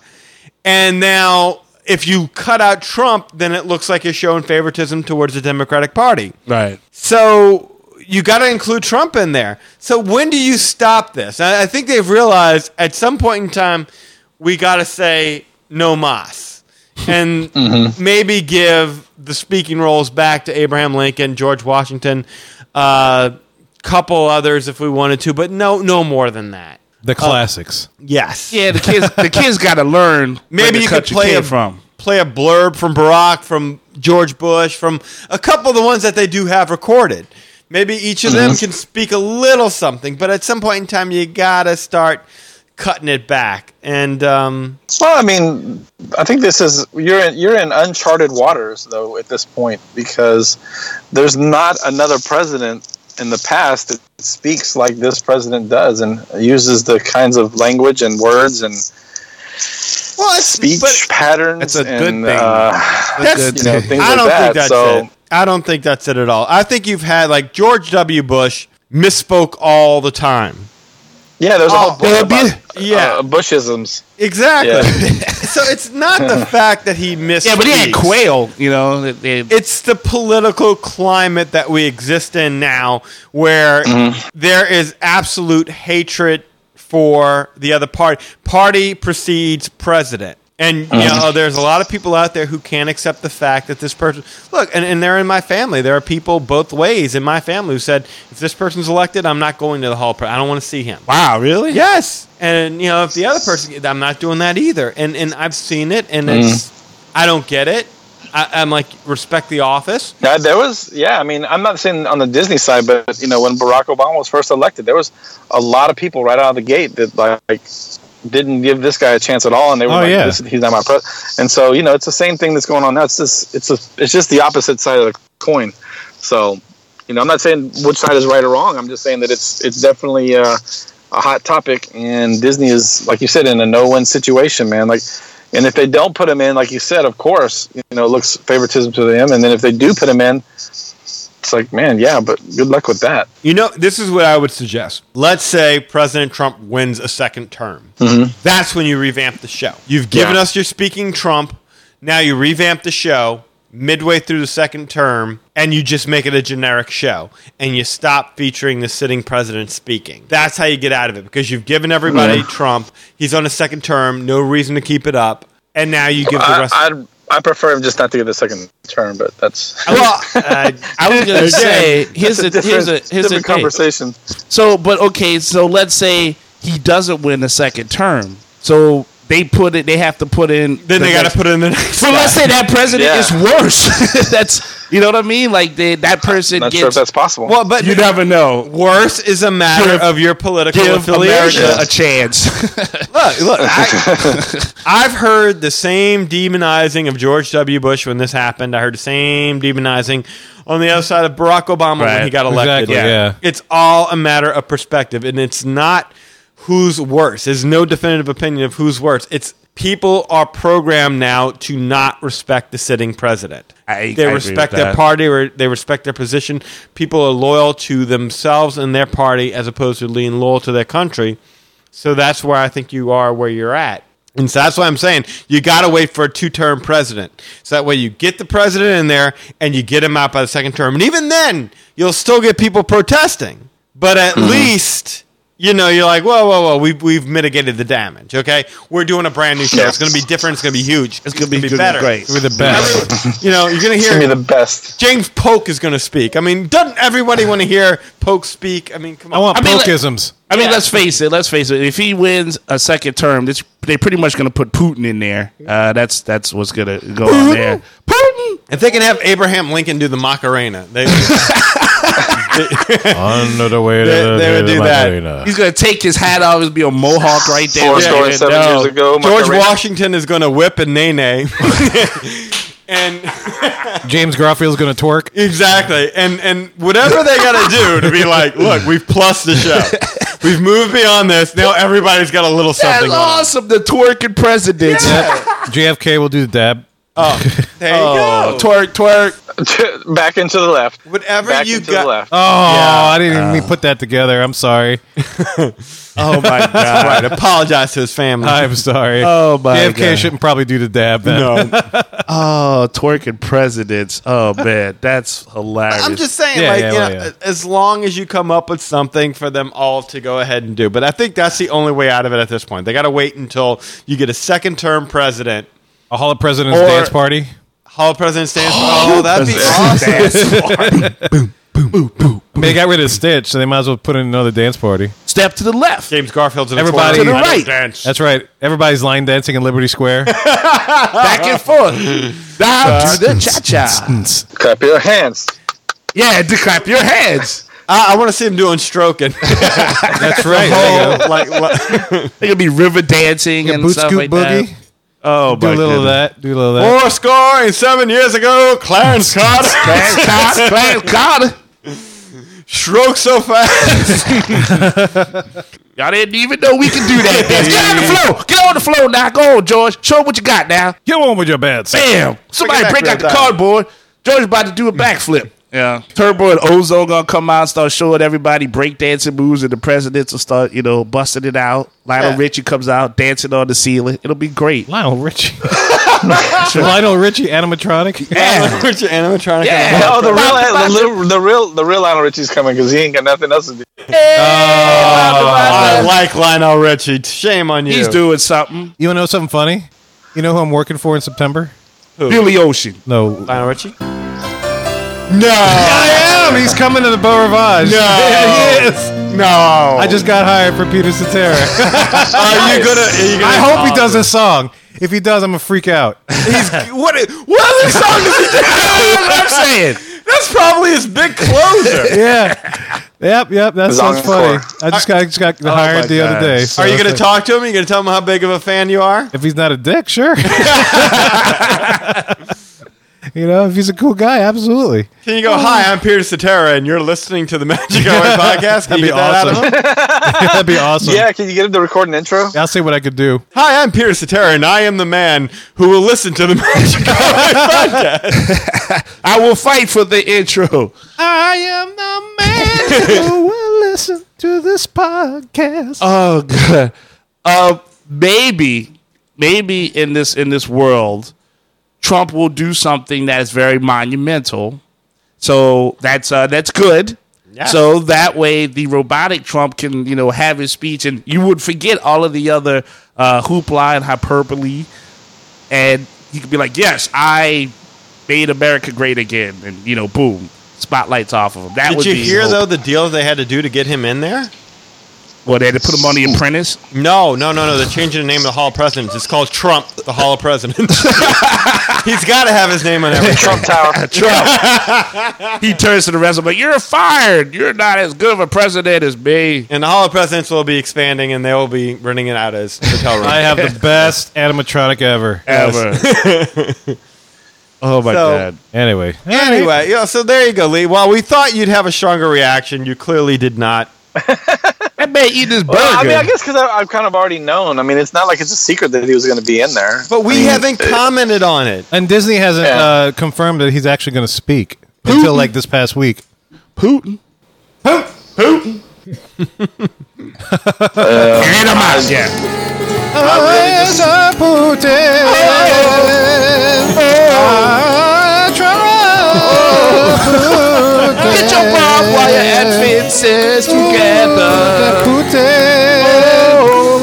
S4: and now if you cut out Trump, then it looks like you're showing favoritism towards the Democratic Party.
S5: right.
S4: So you got to include Trump in there. So when do you stop this? I, I think they've realized at some point in time we got to say no mas and maybe give the speaking roles back to Abraham Lincoln, George Washington, a uh, couple others if we wanted to, but no, no more than that.
S3: The classics.
S4: Yes.
S5: Yeah, the kids. The kids got to learn. where
S4: Maybe
S5: the
S4: you could
S5: country
S4: play
S5: came
S4: a
S5: from.
S4: play a blurb from Barack, from George Bush, from a couple of the ones that they do have recorded. Maybe each of
S7: Mm-hmm.
S4: them can speak a little something, but at some point in time, you gotta start cutting it back. And um,
S7: Well, I mean, I think this is you're in you're in uncharted waters though at this point because there's not another president in the past that speaks like this president does and uses the kinds of language and words and
S4: well, it's,
S7: speech
S4: But
S7: patterns.
S5: That's a good
S7: and,
S5: thing.
S7: Uh,
S4: that's,
S7: you know, things
S4: I
S7: like
S4: don't
S7: that.
S4: think that's
S7: so
S4: it. I don't think that's it at all. I think you've had like George W. Bush misspoke all the time.
S7: yeah, there's a
S4: Oh,
S7: whole book
S4: baby.
S7: about,
S4: Yeah.
S7: uh, Bushisms.
S4: Exactly. so it's not the fact that he missed.
S5: Yeah, but he had quail. You know, that they-
S4: it's the political climate that we exist in now where there is absolute hatred for the other party party precedes president and you know there's a lot of people out there who can't accept the fact that this person look and, and they're in my family there are people both ways in my family who said if this person's elected i'm not going to the hall pre- i don't want to see him
S5: wow, really?
S4: Yes, and you know if the other person, I'm not doing that either. And and I've seen it, and it's I don't get it. I, I'm like respect the office.
S7: Now, there was, yeah. I mean, I'm not saying on the Disney side, but you know, when Barack Obama was first elected, there was a lot of people right out of the gate that like didn't give this guy a chance at all, and they were
S3: Oh,
S7: like,
S3: yeah.
S7: this, "He's not my president." And so, you know, it's the same thing that's going on now. It's just, it's a, it's just the opposite side of the coin. So, you know, I'm not saying which side is right or wrong. I'm just saying that it's, it's definitely uh, a hot topic, and Disney is, like you said, in a no-win situation, man. Like. And if they don't put him in, like you said, of course, you know, it looks favoritism to them. And then if they do put him in, it's like, man, yeah, but good luck with that.
S4: You know, this is what I would suggest. Let's say President Trump wins a second term.
S5: Mm-hmm.
S4: That's when you revamp the show. You've given
S7: Yeah.
S4: us your speaking Trump. Now you revamp the show midway through the second term, and you just make it a generic show, and you stop featuring the sitting president speaking. That's how you get out of it because you've given everybody Trump. He's on a second term. No reason to keep it up. And now you give the
S7: I,
S4: rest.
S7: I I prefer him just not to get the second term, but that's
S4: well, uh,
S5: I was gonna say here's
S7: that's
S5: the here's a here's a
S7: different conversation.
S5: So, but okay, so let's say he doesn't win the second term. So they put it. They have to put in.
S4: Then they got to put in the next.
S5: So let's say that president
S9: Yeah.
S5: is worse. that's you know what I mean. Like they, that person
S9: Not
S5: gets.
S9: sure if that's possible.
S4: Well, but
S5: you never know.
S4: worse is a matter
S5: Give-
S4: of your political
S5: Give
S4: affiliation.
S5: America a chance.
S4: Look, look. I, I've heard the same demonizing of George W. Bush when this happened. I heard the same demonizing on the other side of Barack Obama when
S5: Right.
S4: he got elected.
S3: Exactly, yeah.
S4: It's all a matter of perspective, and it's not who's worse. There's no definitive opinion of who's worse. It's people are programmed now to not respect the sitting president.
S5: I-
S4: they
S5: I agree with
S4: respect their
S5: that.
S4: party or they respect their position. People are loyal to themselves and their party as opposed to being loyal to their country. So that's where I think you are where you're at. And so that's why I'm saying you got to wait for a two term president. So that way you get the president in there and you get him out by the second term. And even then, you'll still get people protesting. But at
S9: Mm-hmm.
S4: least, you know, you're like, whoa, whoa, whoa, we've, we've mitigated the damage, okay? We're doing a brand new show. It's going to be different. It's going to be huge. It's going to be
S5: good,
S4: better.
S5: great.
S3: We're the best.
S4: You know, you're going to
S9: It's gonna
S4: hear
S9: be the best.
S4: James Polk is going to speak. I mean, doesn't everybody want to hear Polk speak? I mean, come
S3: I
S4: on.
S3: want
S5: I mean, like-
S3: Polkisms.
S5: I mean, let's face it. Let's face it. If he wins a second term, this, they're pretty much going to put Putin in there. Uh, that's that's what's going to go on there. Putin.
S4: if they can have Abraham Lincoln do the Macarena, they,
S3: Another way to
S4: They- they would do that.
S5: He's going to take his hat off and be a mohawk right there.
S9: Four
S5: Yeah,
S9: score and
S5: yeah,
S9: seven
S5: no.
S9: years ago,
S4: George
S9: Macarena.
S4: Washington is going to whip and nay nay. and
S3: James Garfield's going to twerk.
S4: exactly. And and whatever they got to do to be like, look, we've plus the show. We've moved beyond this. Now everybody's got a little
S5: That's
S4: something. on.
S5: awesome. The twerking president.
S3: JFK will do the dab.
S4: There you go.
S5: Twerk, twerk.
S9: Back into the left.
S4: Whatever
S9: Back
S4: you
S9: into the
S4: got.
S9: left.
S3: Oh, I didn't even put that together. I'm sorry.
S5: Oh my god.
S4: Right. Apologize to his family.
S3: I'm sorry.
S5: Oh, my
S3: JFK
S5: God.
S3: shouldn't probably do the dab then.
S4: no.
S5: Oh, twerking presidents. Oh man, that's hilarious.
S4: I'm just saying,
S3: Yeah,
S4: like,
S3: yeah,
S4: you
S3: well,
S4: know,
S3: yeah.
S4: as long as you come up with something for them all to go ahead and do. But I think that's the only way out of it at this point. They got to wait until you get a second term president.
S3: A Hall of Presidents
S4: Or-
S3: dance party.
S4: Hall of President stands for. Oh, that'd be awesome.
S3: I mean, they got rid of Stitch, so they might as well put in another dance party.
S5: Step to the left.
S4: James Garfield's in
S3: Everybody-
S4: the
S3: To the
S4: corner.
S5: right.
S4: Dance.
S3: That's right. Everybody's line dancing in Liberty Square.
S5: Back and forth. Down to the cha cha.
S9: Clap your hands.
S5: Yeah, to clap your hands.
S4: I, I want to see him doing stroking. Oh,
S3: That's right. There you go.
S4: like, like-
S5: They're gonna be river dancing and
S3: Boot
S5: stuff
S3: scoot
S5: like
S3: boogie.
S5: that. Oh,
S3: Do a little of that. Do a little of that.
S4: four score and seven years ago, Clarence Carter
S5: Clarence Carter.
S4: stroked so fast.
S5: Y'all didn't even know we could do that. dance. Get on the floor. Get on the floor now. Go on, George. Show 'em what you got now.
S3: Get on with your bad self.
S5: Bam. Somebody
S4: back
S5: break
S4: real
S5: out the
S4: time.
S5: cardboard. George about to do a backflip. Yeah. Turbo and Ozone gonna come out, start showing everybody breakdancing moves, and the presidents will start, you know, busting it out. Lionel
S4: Yeah.
S5: Richie comes out, dancing on the ceiling. It'll be great.
S3: Lionel Richie. Lionel Richie animatronic.
S5: Yeah.
S4: Aren't you animatronic?
S5: Yeah.
S9: No, Oh, the
S5: Rock the
S9: real,
S5: bus.
S9: the, li- the real, the real Lionel Richie's coming because he ain't got nothing else to do.
S4: I like Lionel Richie. Shame on you.
S5: He's doing something.
S3: You want to know something funny? You know who I'm working for in September?
S5: Billy Ocean.
S3: No. I
S4: Lionel Richie.
S3: am. He's coming to the Beau Rivage. No. Yeah, he is.
S4: No.
S3: I just got hired for Peter Cetera.
S4: Are you
S9: Nice.
S4: gonna? Are you gonna
S3: I hope he does this song. If he does, I'm gonna freak out.
S4: What? i- What other song does he do?
S5: I'm saying.
S4: That's probably his big closer.
S3: yeah. Yep, yep. That
S9: His
S3: sounds funny.
S9: encore.
S3: I just got, I just got hired the other day. so
S4: Are you
S3: it's
S4: gonna
S3: like,
S4: talk to him? Are you gonna tell him how big of a fan you are?
S3: If he's not a dick, sure. you know, if he's a cool guy, absolutely.
S4: Can you go? Hi, I'm Peter Cetera, and you're listening to the Magic Hour podcast.
S3: That'd
S4: Can you
S3: be
S4: get that out of
S3: awesome.
S4: him?
S3: That'd be awesome.
S9: Yeah, can you get him to record an intro?
S3: I'll see what I could do.
S4: Hi, I'm Peter Cetera, and I am the man who will listen to the Magic Hour podcast.
S5: I will fight for the intro.
S3: I am the man who will listen to this podcast.
S5: Oh god. Uh, maybe, maybe in this in this world, Trump will do something that is very monumental. So that's uh, that's good. So that way, the robotic Trump can you know have his speech, and you would forget all of the other uh, hoopla and hyperbole, and he could be like, "Yes, I made America great again," and you know, boom, spotlights off of him. That
S4: Did
S5: would
S4: you
S5: be
S4: hear
S5: hope.
S4: though the deal they had to do to get him in there?
S5: Well, they had to put him on the apprentice.
S4: No, no, no, no. They're changing the name of the Hall of Presidents. It's called Trump, the Hall of Presidents. He's got to have his name on every
S9: Trump Tower.
S5: He turns to the rest of them, like, you're fired. You're not as good of a president as me.
S4: And the Hall of Presidents will be expanding, and they will be renting it out as hotel rooms.
S3: I have the best animatronic ever.
S5: Ever. oh, my
S4: So-
S5: God.
S3: Anyway,
S4: anyway, yeah. So there you go, Lee. While we thought you'd have a stronger reaction, you clearly did not.
S5: That man eating this burger.
S9: Well, I mean, I guess because I've kind of already known. I mean, it's not like it's a secret that he was going to be in there.
S4: But we
S9: I mean,
S4: haven't
S9: it-
S4: commented on it.
S3: and Disney hasn't
S9: Yeah.
S3: uh, confirmed that he's actually going to speak until like this past week.
S5: Putin. Get him out. Yeah.
S3: Uh,
S5: Get your barbed wire and fences
S3: Oh,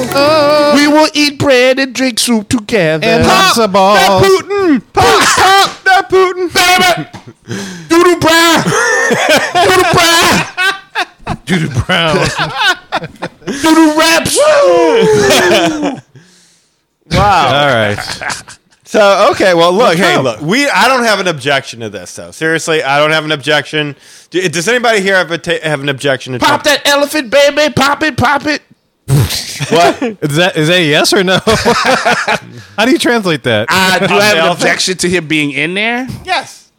S5: together. We will eat bread and drink soup together.
S3: And lots of balls.
S5: Putin! Pop, pop that Putin! Damn it! Doodle brown! Doodle brown!
S3: Judy Brown.
S5: Doodle raps!
S4: Wow.
S3: All right.
S4: So okay, well look, hey, look, we I don't have an objection to this though. Seriously, I don't have an objection. Do, does anybody here have a ta- have an objection to
S5: Pop
S4: Trump?
S5: that elephant, baby! Pop it, pop it!
S4: What?
S3: Is that is that a yes or no? How do you translate that?
S4: Ah,
S5: I do have an
S4: elephant?
S5: objection to him being in there.
S4: yes.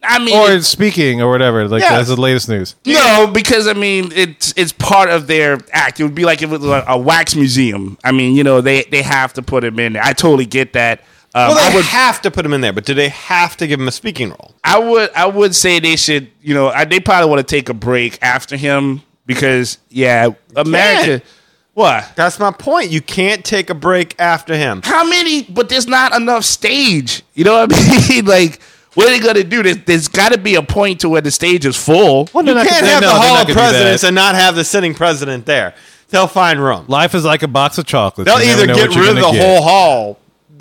S5: I mean,
S3: or speaking or whatever. Like
S4: Yeah.
S3: that's the latest news.
S5: No, because I mean it's it's part of their act. It would be like if it was a, a wax museum. I mean, you know, they they have to put him in there. I totally get that. Um,
S4: Well, they
S5: I would
S4: have to put him in there, but do they have to give him a speaking role?
S5: I would I would say they should. You know, I, they probably want to take a break after him because yeah, America. What?
S4: That's my point. You can't take a break after him.
S5: How many? But there's not enough stage. You know what I mean? like. What are they gonna do? There's, there's got to be a point to where the stage is full.
S3: Well,
S4: You can't have the Hall of Presidents and not have the sitting president there. They'll find room.
S3: Life is like a box of chocolates.
S4: They'll
S3: You never
S4: either
S3: know
S4: get
S3: what you're
S4: rid of the
S3: gonna get.
S4: whole hall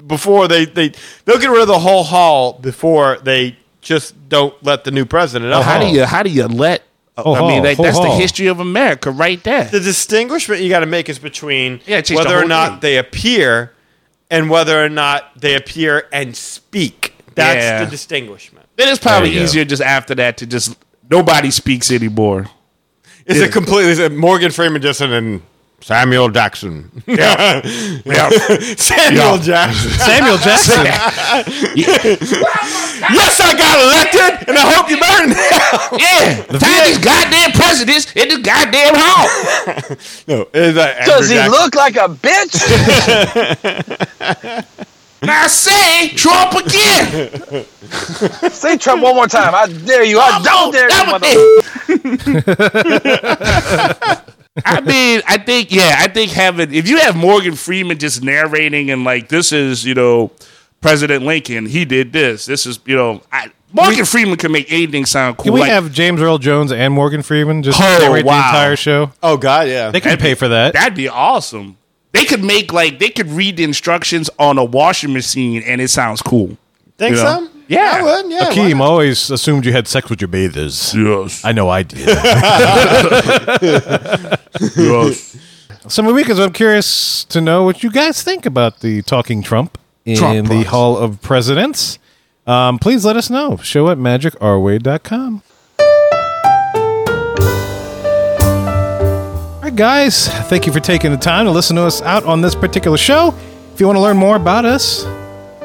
S4: before they, they they'll get rid of the whole hall before they just don't let the new president up.
S5: How do you how do you let?
S3: Oh,
S5: I mean,
S3: oh,
S5: like,
S3: oh,
S5: that's the
S3: oh.
S5: history of America right there.
S4: the distinguishment you got to make is between
S5: Yeah, change the
S4: whether or
S5: whole
S4: not
S5: thing.
S4: they appear and whether or not they appear and speak. That's
S5: Yeah.
S4: the distinguishment.
S5: Then it's probably
S3: There you go.
S5: easier just after that to just nobody speaks anymore.
S4: It's a completely it's a Morgan Freeman Jefferson and Samuel Jackson. Yeah. Samuel Jackson.
S3: Samuel Jackson.
S4: yes, I got elected and I hope you burn
S5: Yeah, time these goddamn presidents in the goddamn hall.
S4: No, it's, uh, Andrew
S9: Does he
S4: Jackson.
S9: look like a bitch?
S5: now say Trump again.
S9: Say Trump one more time. I dare you. I don't dare you,
S5: That
S9: mother-
S5: was it. I mean, I think yeah, I think having if you have Morgan Freeman just narrating and like this is you know President Lincoln, he did this. This is you know I, Morgan Freeman can make anything sound cool.
S3: Can we
S5: Like,
S3: have James Earl Jones and Morgan Freeman just
S5: Oh,
S3: narrate the
S5: wow.
S3: entire show?
S4: Oh God, yeah.
S3: They can pay for that.
S5: That'd be awesome. They could make like they could read the instructions on a washing machine and it sounds cool.
S4: Think
S5: Yeah.
S4: so?
S5: Yeah.
S4: I would. Yeah. why
S3: Akeem always assumed you had sex with your bathers.
S5: Yes.
S3: I know I did. Some because I'm curious to know what you guys think about the talking Trump in
S5: Trump
S3: the
S5: prize.
S3: Hall of Presidents. Um, please let us know. Show at magicourway.com. All right, guys, thank you for taking the time to listen to us out on this particular show. If you want to learn more about us,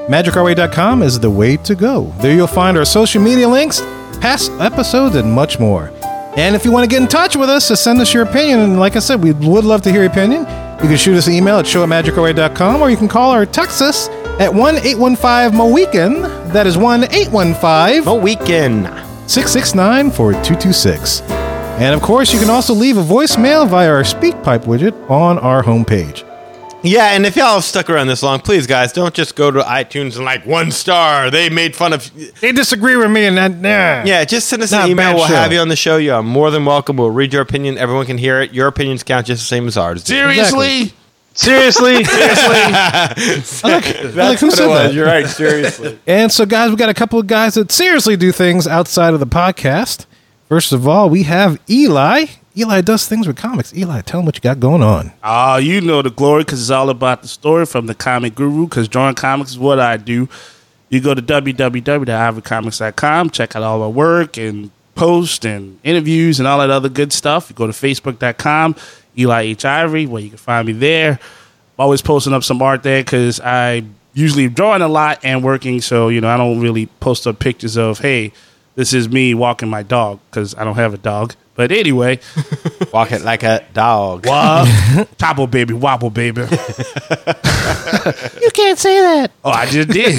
S3: magicourway.com is the way to go. There you'll find our social media links, past episodes, and much more. And if you want to get in touch with us, to send us your opinion. And like I said, we would love to hear your opinion. You can shoot us an email at show at magicaway.com or you can call or text us at 1 815 Moweekend. That is 1 815
S4: not? A weekend.
S3: 669 4226. And of course, you can also leave a voicemail via our SpeakPipe widget on our homepage.
S4: Yeah, and if y'all have stuck around this long, please, guys, don't just go to iTunes and like one star. They made fun of.
S3: They disagree with me and that. Nah.
S4: Yeah, just send us
S3: Not a
S4: an email.
S3: bad
S4: We'll
S3: show.
S4: have you on the show. You are more than welcome. We'll read your opinion. Everyone can hear it. Your opinions count just the same as ours. do.
S5: Seriously?
S3: Seriously? like, who
S4: what it
S3: said
S4: was.
S3: that?
S4: You're right. Seriously.
S3: And so, guys, we got a couple of guys that seriously do things outside of the podcast. First of all, we have Eli. Eli does things with comics. Eli, tell him what you got going on.
S5: Ah, you know the glory because it's all about the story from the comic guru because drawing comics is what I do. You go to www.ivycomics.com, check out all my work and posts and interviews and all that other good stuff. You go to facebook.com, Eli H. Ivory, where you can find me there. I'm always posting up some art there because I usually am drawing a lot and working, so you know I don't really post up pictures of hey, this is me walking my dog because I don't have a dog. But anyway,
S4: Walk it like a dog.
S5: uh, topple baby, wobble baby.
S3: You can't say that.
S5: Oh, I just did.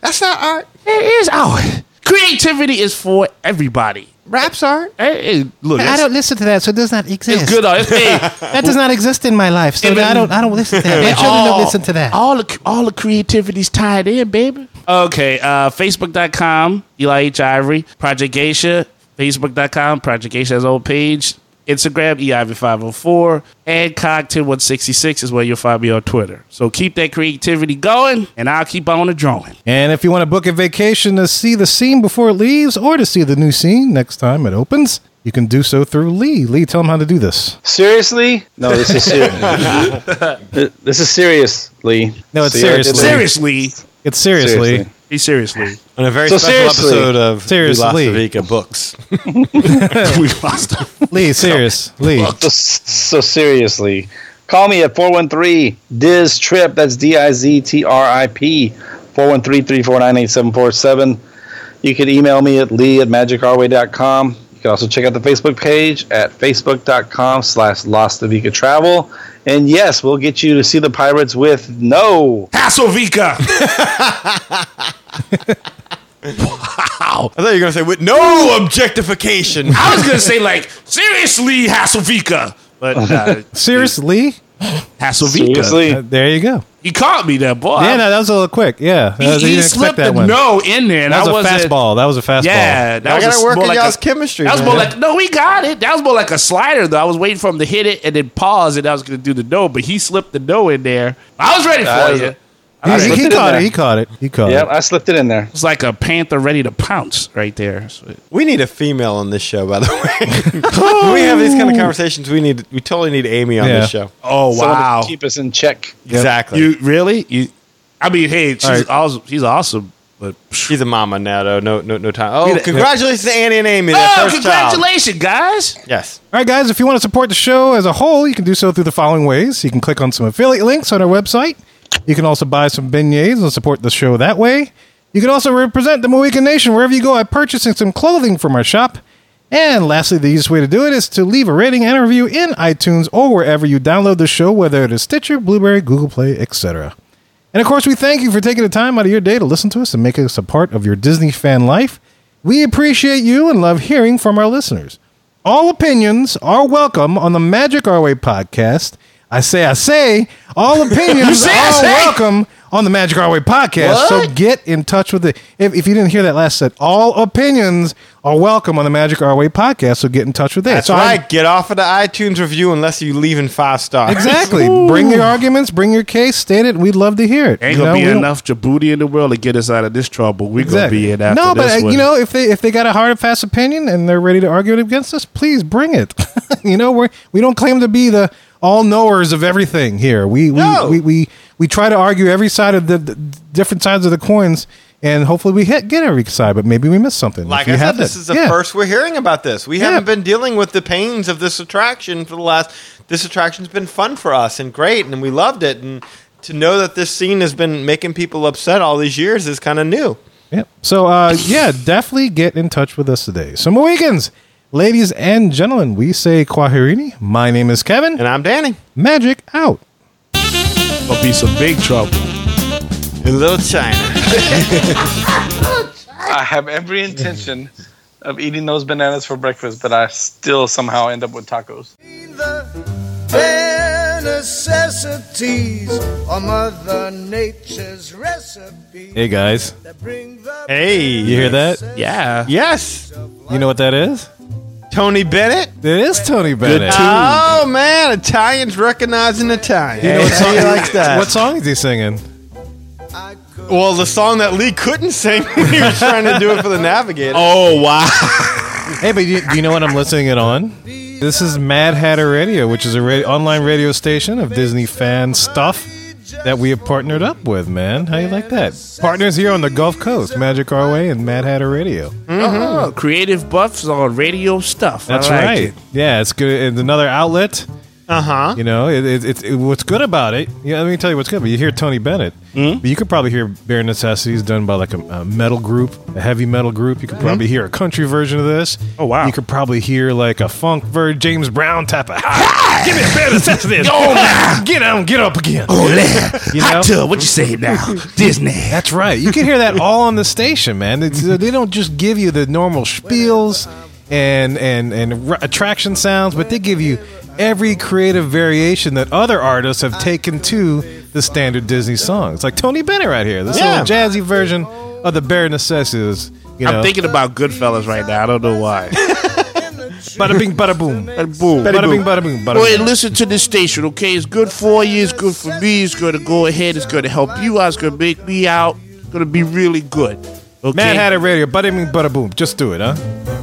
S4: That's not art.
S5: It is out. Creativity is for everybody.
S4: Rap's art.
S5: Hey, hey,
S4: Oh,
S5: look,
S3: I
S5: that's-
S3: don't listen to that, so it does not exist.
S5: it's good art. It's- hey,
S3: That does not exist in my life, so
S5: Even-
S3: I don't. I don't listen to that. My children
S5: all-
S4: Oh.
S3: don't listen to that.
S5: All the all the creativity's tied in, baby. Okay, uh, Facebook.com, Eli H. Ivory, Project Geisha, Facebook.com, Project Geisha has old page, Instagram, E EIV504, and Cog10166 is where you'll find me on Twitter. So keep that creativity going, and I'll keep on the drawing.
S3: And if you want to book a vacation to see the scene before it leaves or to see the new scene next time it opens, you can do so through Lee. Lee, tell him how to do this.
S9: Seriously? No, this is serious. this is seriously.
S3: No, it's
S9: See, I did
S3: seriously.
S9: it.
S5: Seriously.
S3: It's seriously.
S9: Seriously.
S5: Be seriously.
S4: On a very
S9: So
S4: special
S9: seriously.
S4: episode of
S3: Seriously.
S4: La Vica books.
S5: we lost him.
S3: Lee, serious. Lee.
S9: So, so seriously, call me at 413 Diz Trip. That's D I Z T R I P. 413 349 8747. You can email me at lee at magicarway.com. You can also check out the Facebook page at facebook.com slash Las Vegas Travel. And yes, we'll get you to see the pirates with no.
S5: Hasselvika.
S4: I thought you were gonna say with no objectification.
S5: I was gonna say like seriously Hasselvika, but uh,
S3: Seriously?
S5: Hasselvika.
S9: Seriously?
S3: Uh, there you go.
S5: He caught me there, boy.
S3: Yeah, no, that was a little quick. Yeah. That
S5: he,
S3: was-
S5: he
S3: you didn't expect
S5: slipped
S3: that
S5: a
S3: one.
S5: no in there. And
S3: That
S5: I
S3: was a
S5: wasn't-
S3: fastball. That was a fastball.
S5: Yeah, that
S4: I
S5: was
S4: gotta
S5: a-
S4: work
S5: more
S4: in
S5: like
S4: y'all's
S5: a-
S4: chemistry.
S5: That was
S4: man.
S5: more like no, we got it. That was more like a slider though. I was waiting for him to hit it and then pause, and I was gonna do the no, but he slipped the no in there. I was ready for
S9: That was-
S5: you.
S3: He, he
S5: It
S9: slipped it in
S3: caught it.
S9: there.
S3: He caught it. He caught
S9: Yep,
S3: it.
S9: I slipped it in there.
S5: was like a panther ready to pounce right there. So-
S4: we need a female on this show, by the way. when we have these kind of conversations, we need we totally need Amy on
S3: Yeah.
S4: this show.
S5: oh
S9: Someone to
S5: wow!
S9: Keep us in check.
S4: Exactly.
S5: You really? You? I mean, hey, she's
S3: right.
S5: awesome. She's awesome, but
S4: She's a mama now, though. No, no, no time. Oh,
S3: Yeah.
S4: congratulations to Annie and Amy. their
S5: oh,
S4: first child.
S5: congratulations, guys!
S4: Yes.
S3: All right, guys, if you want to support the show as a whole, you can do so through the following ways. You can click on some affiliate links on our website. You can also buy some beignets and support the show that way. You can also represent the Mohican Nation wherever you go by purchasing some clothing from our shop. And lastly, the easiest way to do it is to leave a rating and a review in iTunes or wherever you download the show, whether it is Stitcher, Blueberry, Google Play, etc. And of course, we thank you for taking the time out of your day to listen to us and make us a part of your Disney fan life. We appreciate you and love hearing from our listeners. All opinions are welcome on the Magic Our Way podcast. I say, I say, all opinions
S5: say, I
S3: are
S5: say.
S3: welcome on the Magic Our Way podcast. So get in touch with the. If, if you didn't hear that last set, all opinions are welcome on the Magic Our Way podcast. So get in touch with that.
S4: That's
S3: so I'm-
S4: right. Get off of the iTunes review unless you leave in five stars.
S3: Exactly. Bring your arguments, bring your case, state it. We'd love to hear it.
S5: Ain't
S3: You know,
S5: gonna
S3: we
S5: be
S3: don't-
S5: enough Djibouti in the world to get us out of this trouble. We're
S3: Exactly.
S5: gonna be in after
S3: no,
S5: this
S3: but uh,
S5: one.
S3: you know, if they if they got a hard and fast opinion and they're ready to argue it against us, please bring it. you know, we we don't claim to be the all knowers of everything here. We we,
S4: No.
S3: we we we try to argue every side of the, the different sides of the coins, and hopefully we hit get every side, but maybe we miss something.
S4: Like
S3: If
S4: I
S3: you
S4: said,
S3: have
S4: this
S3: that-
S4: is the
S3: yeah.
S4: first we're hearing about this. We haven't been dealing with the pains of this attraction for the last. This attraction's been fun for us and great, and we loved it. And to know that this scene has been making people upset all these years is kind of new.
S3: Yeah. So uh, yeah, definitely get in touch with us today. So Mohicans, ladies and gentlemen, we say Kwahirini. My name is Kevin.
S4: And I'm Danny.
S3: Magic out.
S5: gonna be some big trouble.
S4: In Little China.
S9: I have every intention of eating those bananas for breakfast, but I still somehow end up with tacos.
S10: Their necessities are Mother Nature's recipe
S3: Hey guys,
S10: that bring the
S4: Hey,
S3: you hear that?
S5: Yeah.
S4: Yes,
S3: You know what that is?
S4: Tony Bennett.
S3: It is Tony Bennett.
S4: Oh man, Italians recognizing Italians. You know what song likes that?
S3: Uh, What song is he singing?
S4: well, the song that Lee couldn't sing when he was trying to do it for the Navigator.
S5: Oh wow.
S3: Hey, but you, do you know what I'm listening it on? This is Mad Hatter Radio, which is a radio, online radio station of Disney fan stuff that we have partnered up with, man. How you like that? Partners here on the Gulf Coast, Magic Our Way and Mad Hatter Radio.
S5: Oh, creative buffs on radio stuff.
S3: Hmm.
S5: I
S3: That's
S5: like
S3: right.
S5: it.
S3: Yeah, it's good. It's another outlet.
S4: Uh huh.
S3: You know, it, it, it's- it, what's good about it. Yeah, let me tell you what's good. But you hear Tony Bennett, but you could probably hear Bare Necessities done by like a, a metal group, a heavy metal group. You could probably hear a country version of this. Mm-hmm. Oh wow! You could probably hear like a funk version, James Brown type of. "Ah, Give me a Bare Necessities. get on, get up again. Oh you know?
S5: what you say now? Disney.
S3: That's right. You can hear that all on the station, man. It's, uh, they don't just give you the normal spiels and and and r- attraction sounds, but they give you every creative variation that other artists have taken to the standard Disney songs. Like Tony Bennett right here, this
S4: Yeah.
S3: little jazzy version of the Bare Necessities. You know,
S5: I'm thinking about Goodfellas right now. I don't know why.
S3: bada bing, bada boom,
S5: Boom.
S3: bada bing, bada boom, bada
S5: Boy,
S3: boom.
S5: listen to this station, okay? It's good for you. It's good for me. It's going to go ahead. It's going to help you out. It's going to make me out. It's going to be really good. Okay?
S3: Mad Hatter Radio, bada bing, bada boom. Just do it, huh?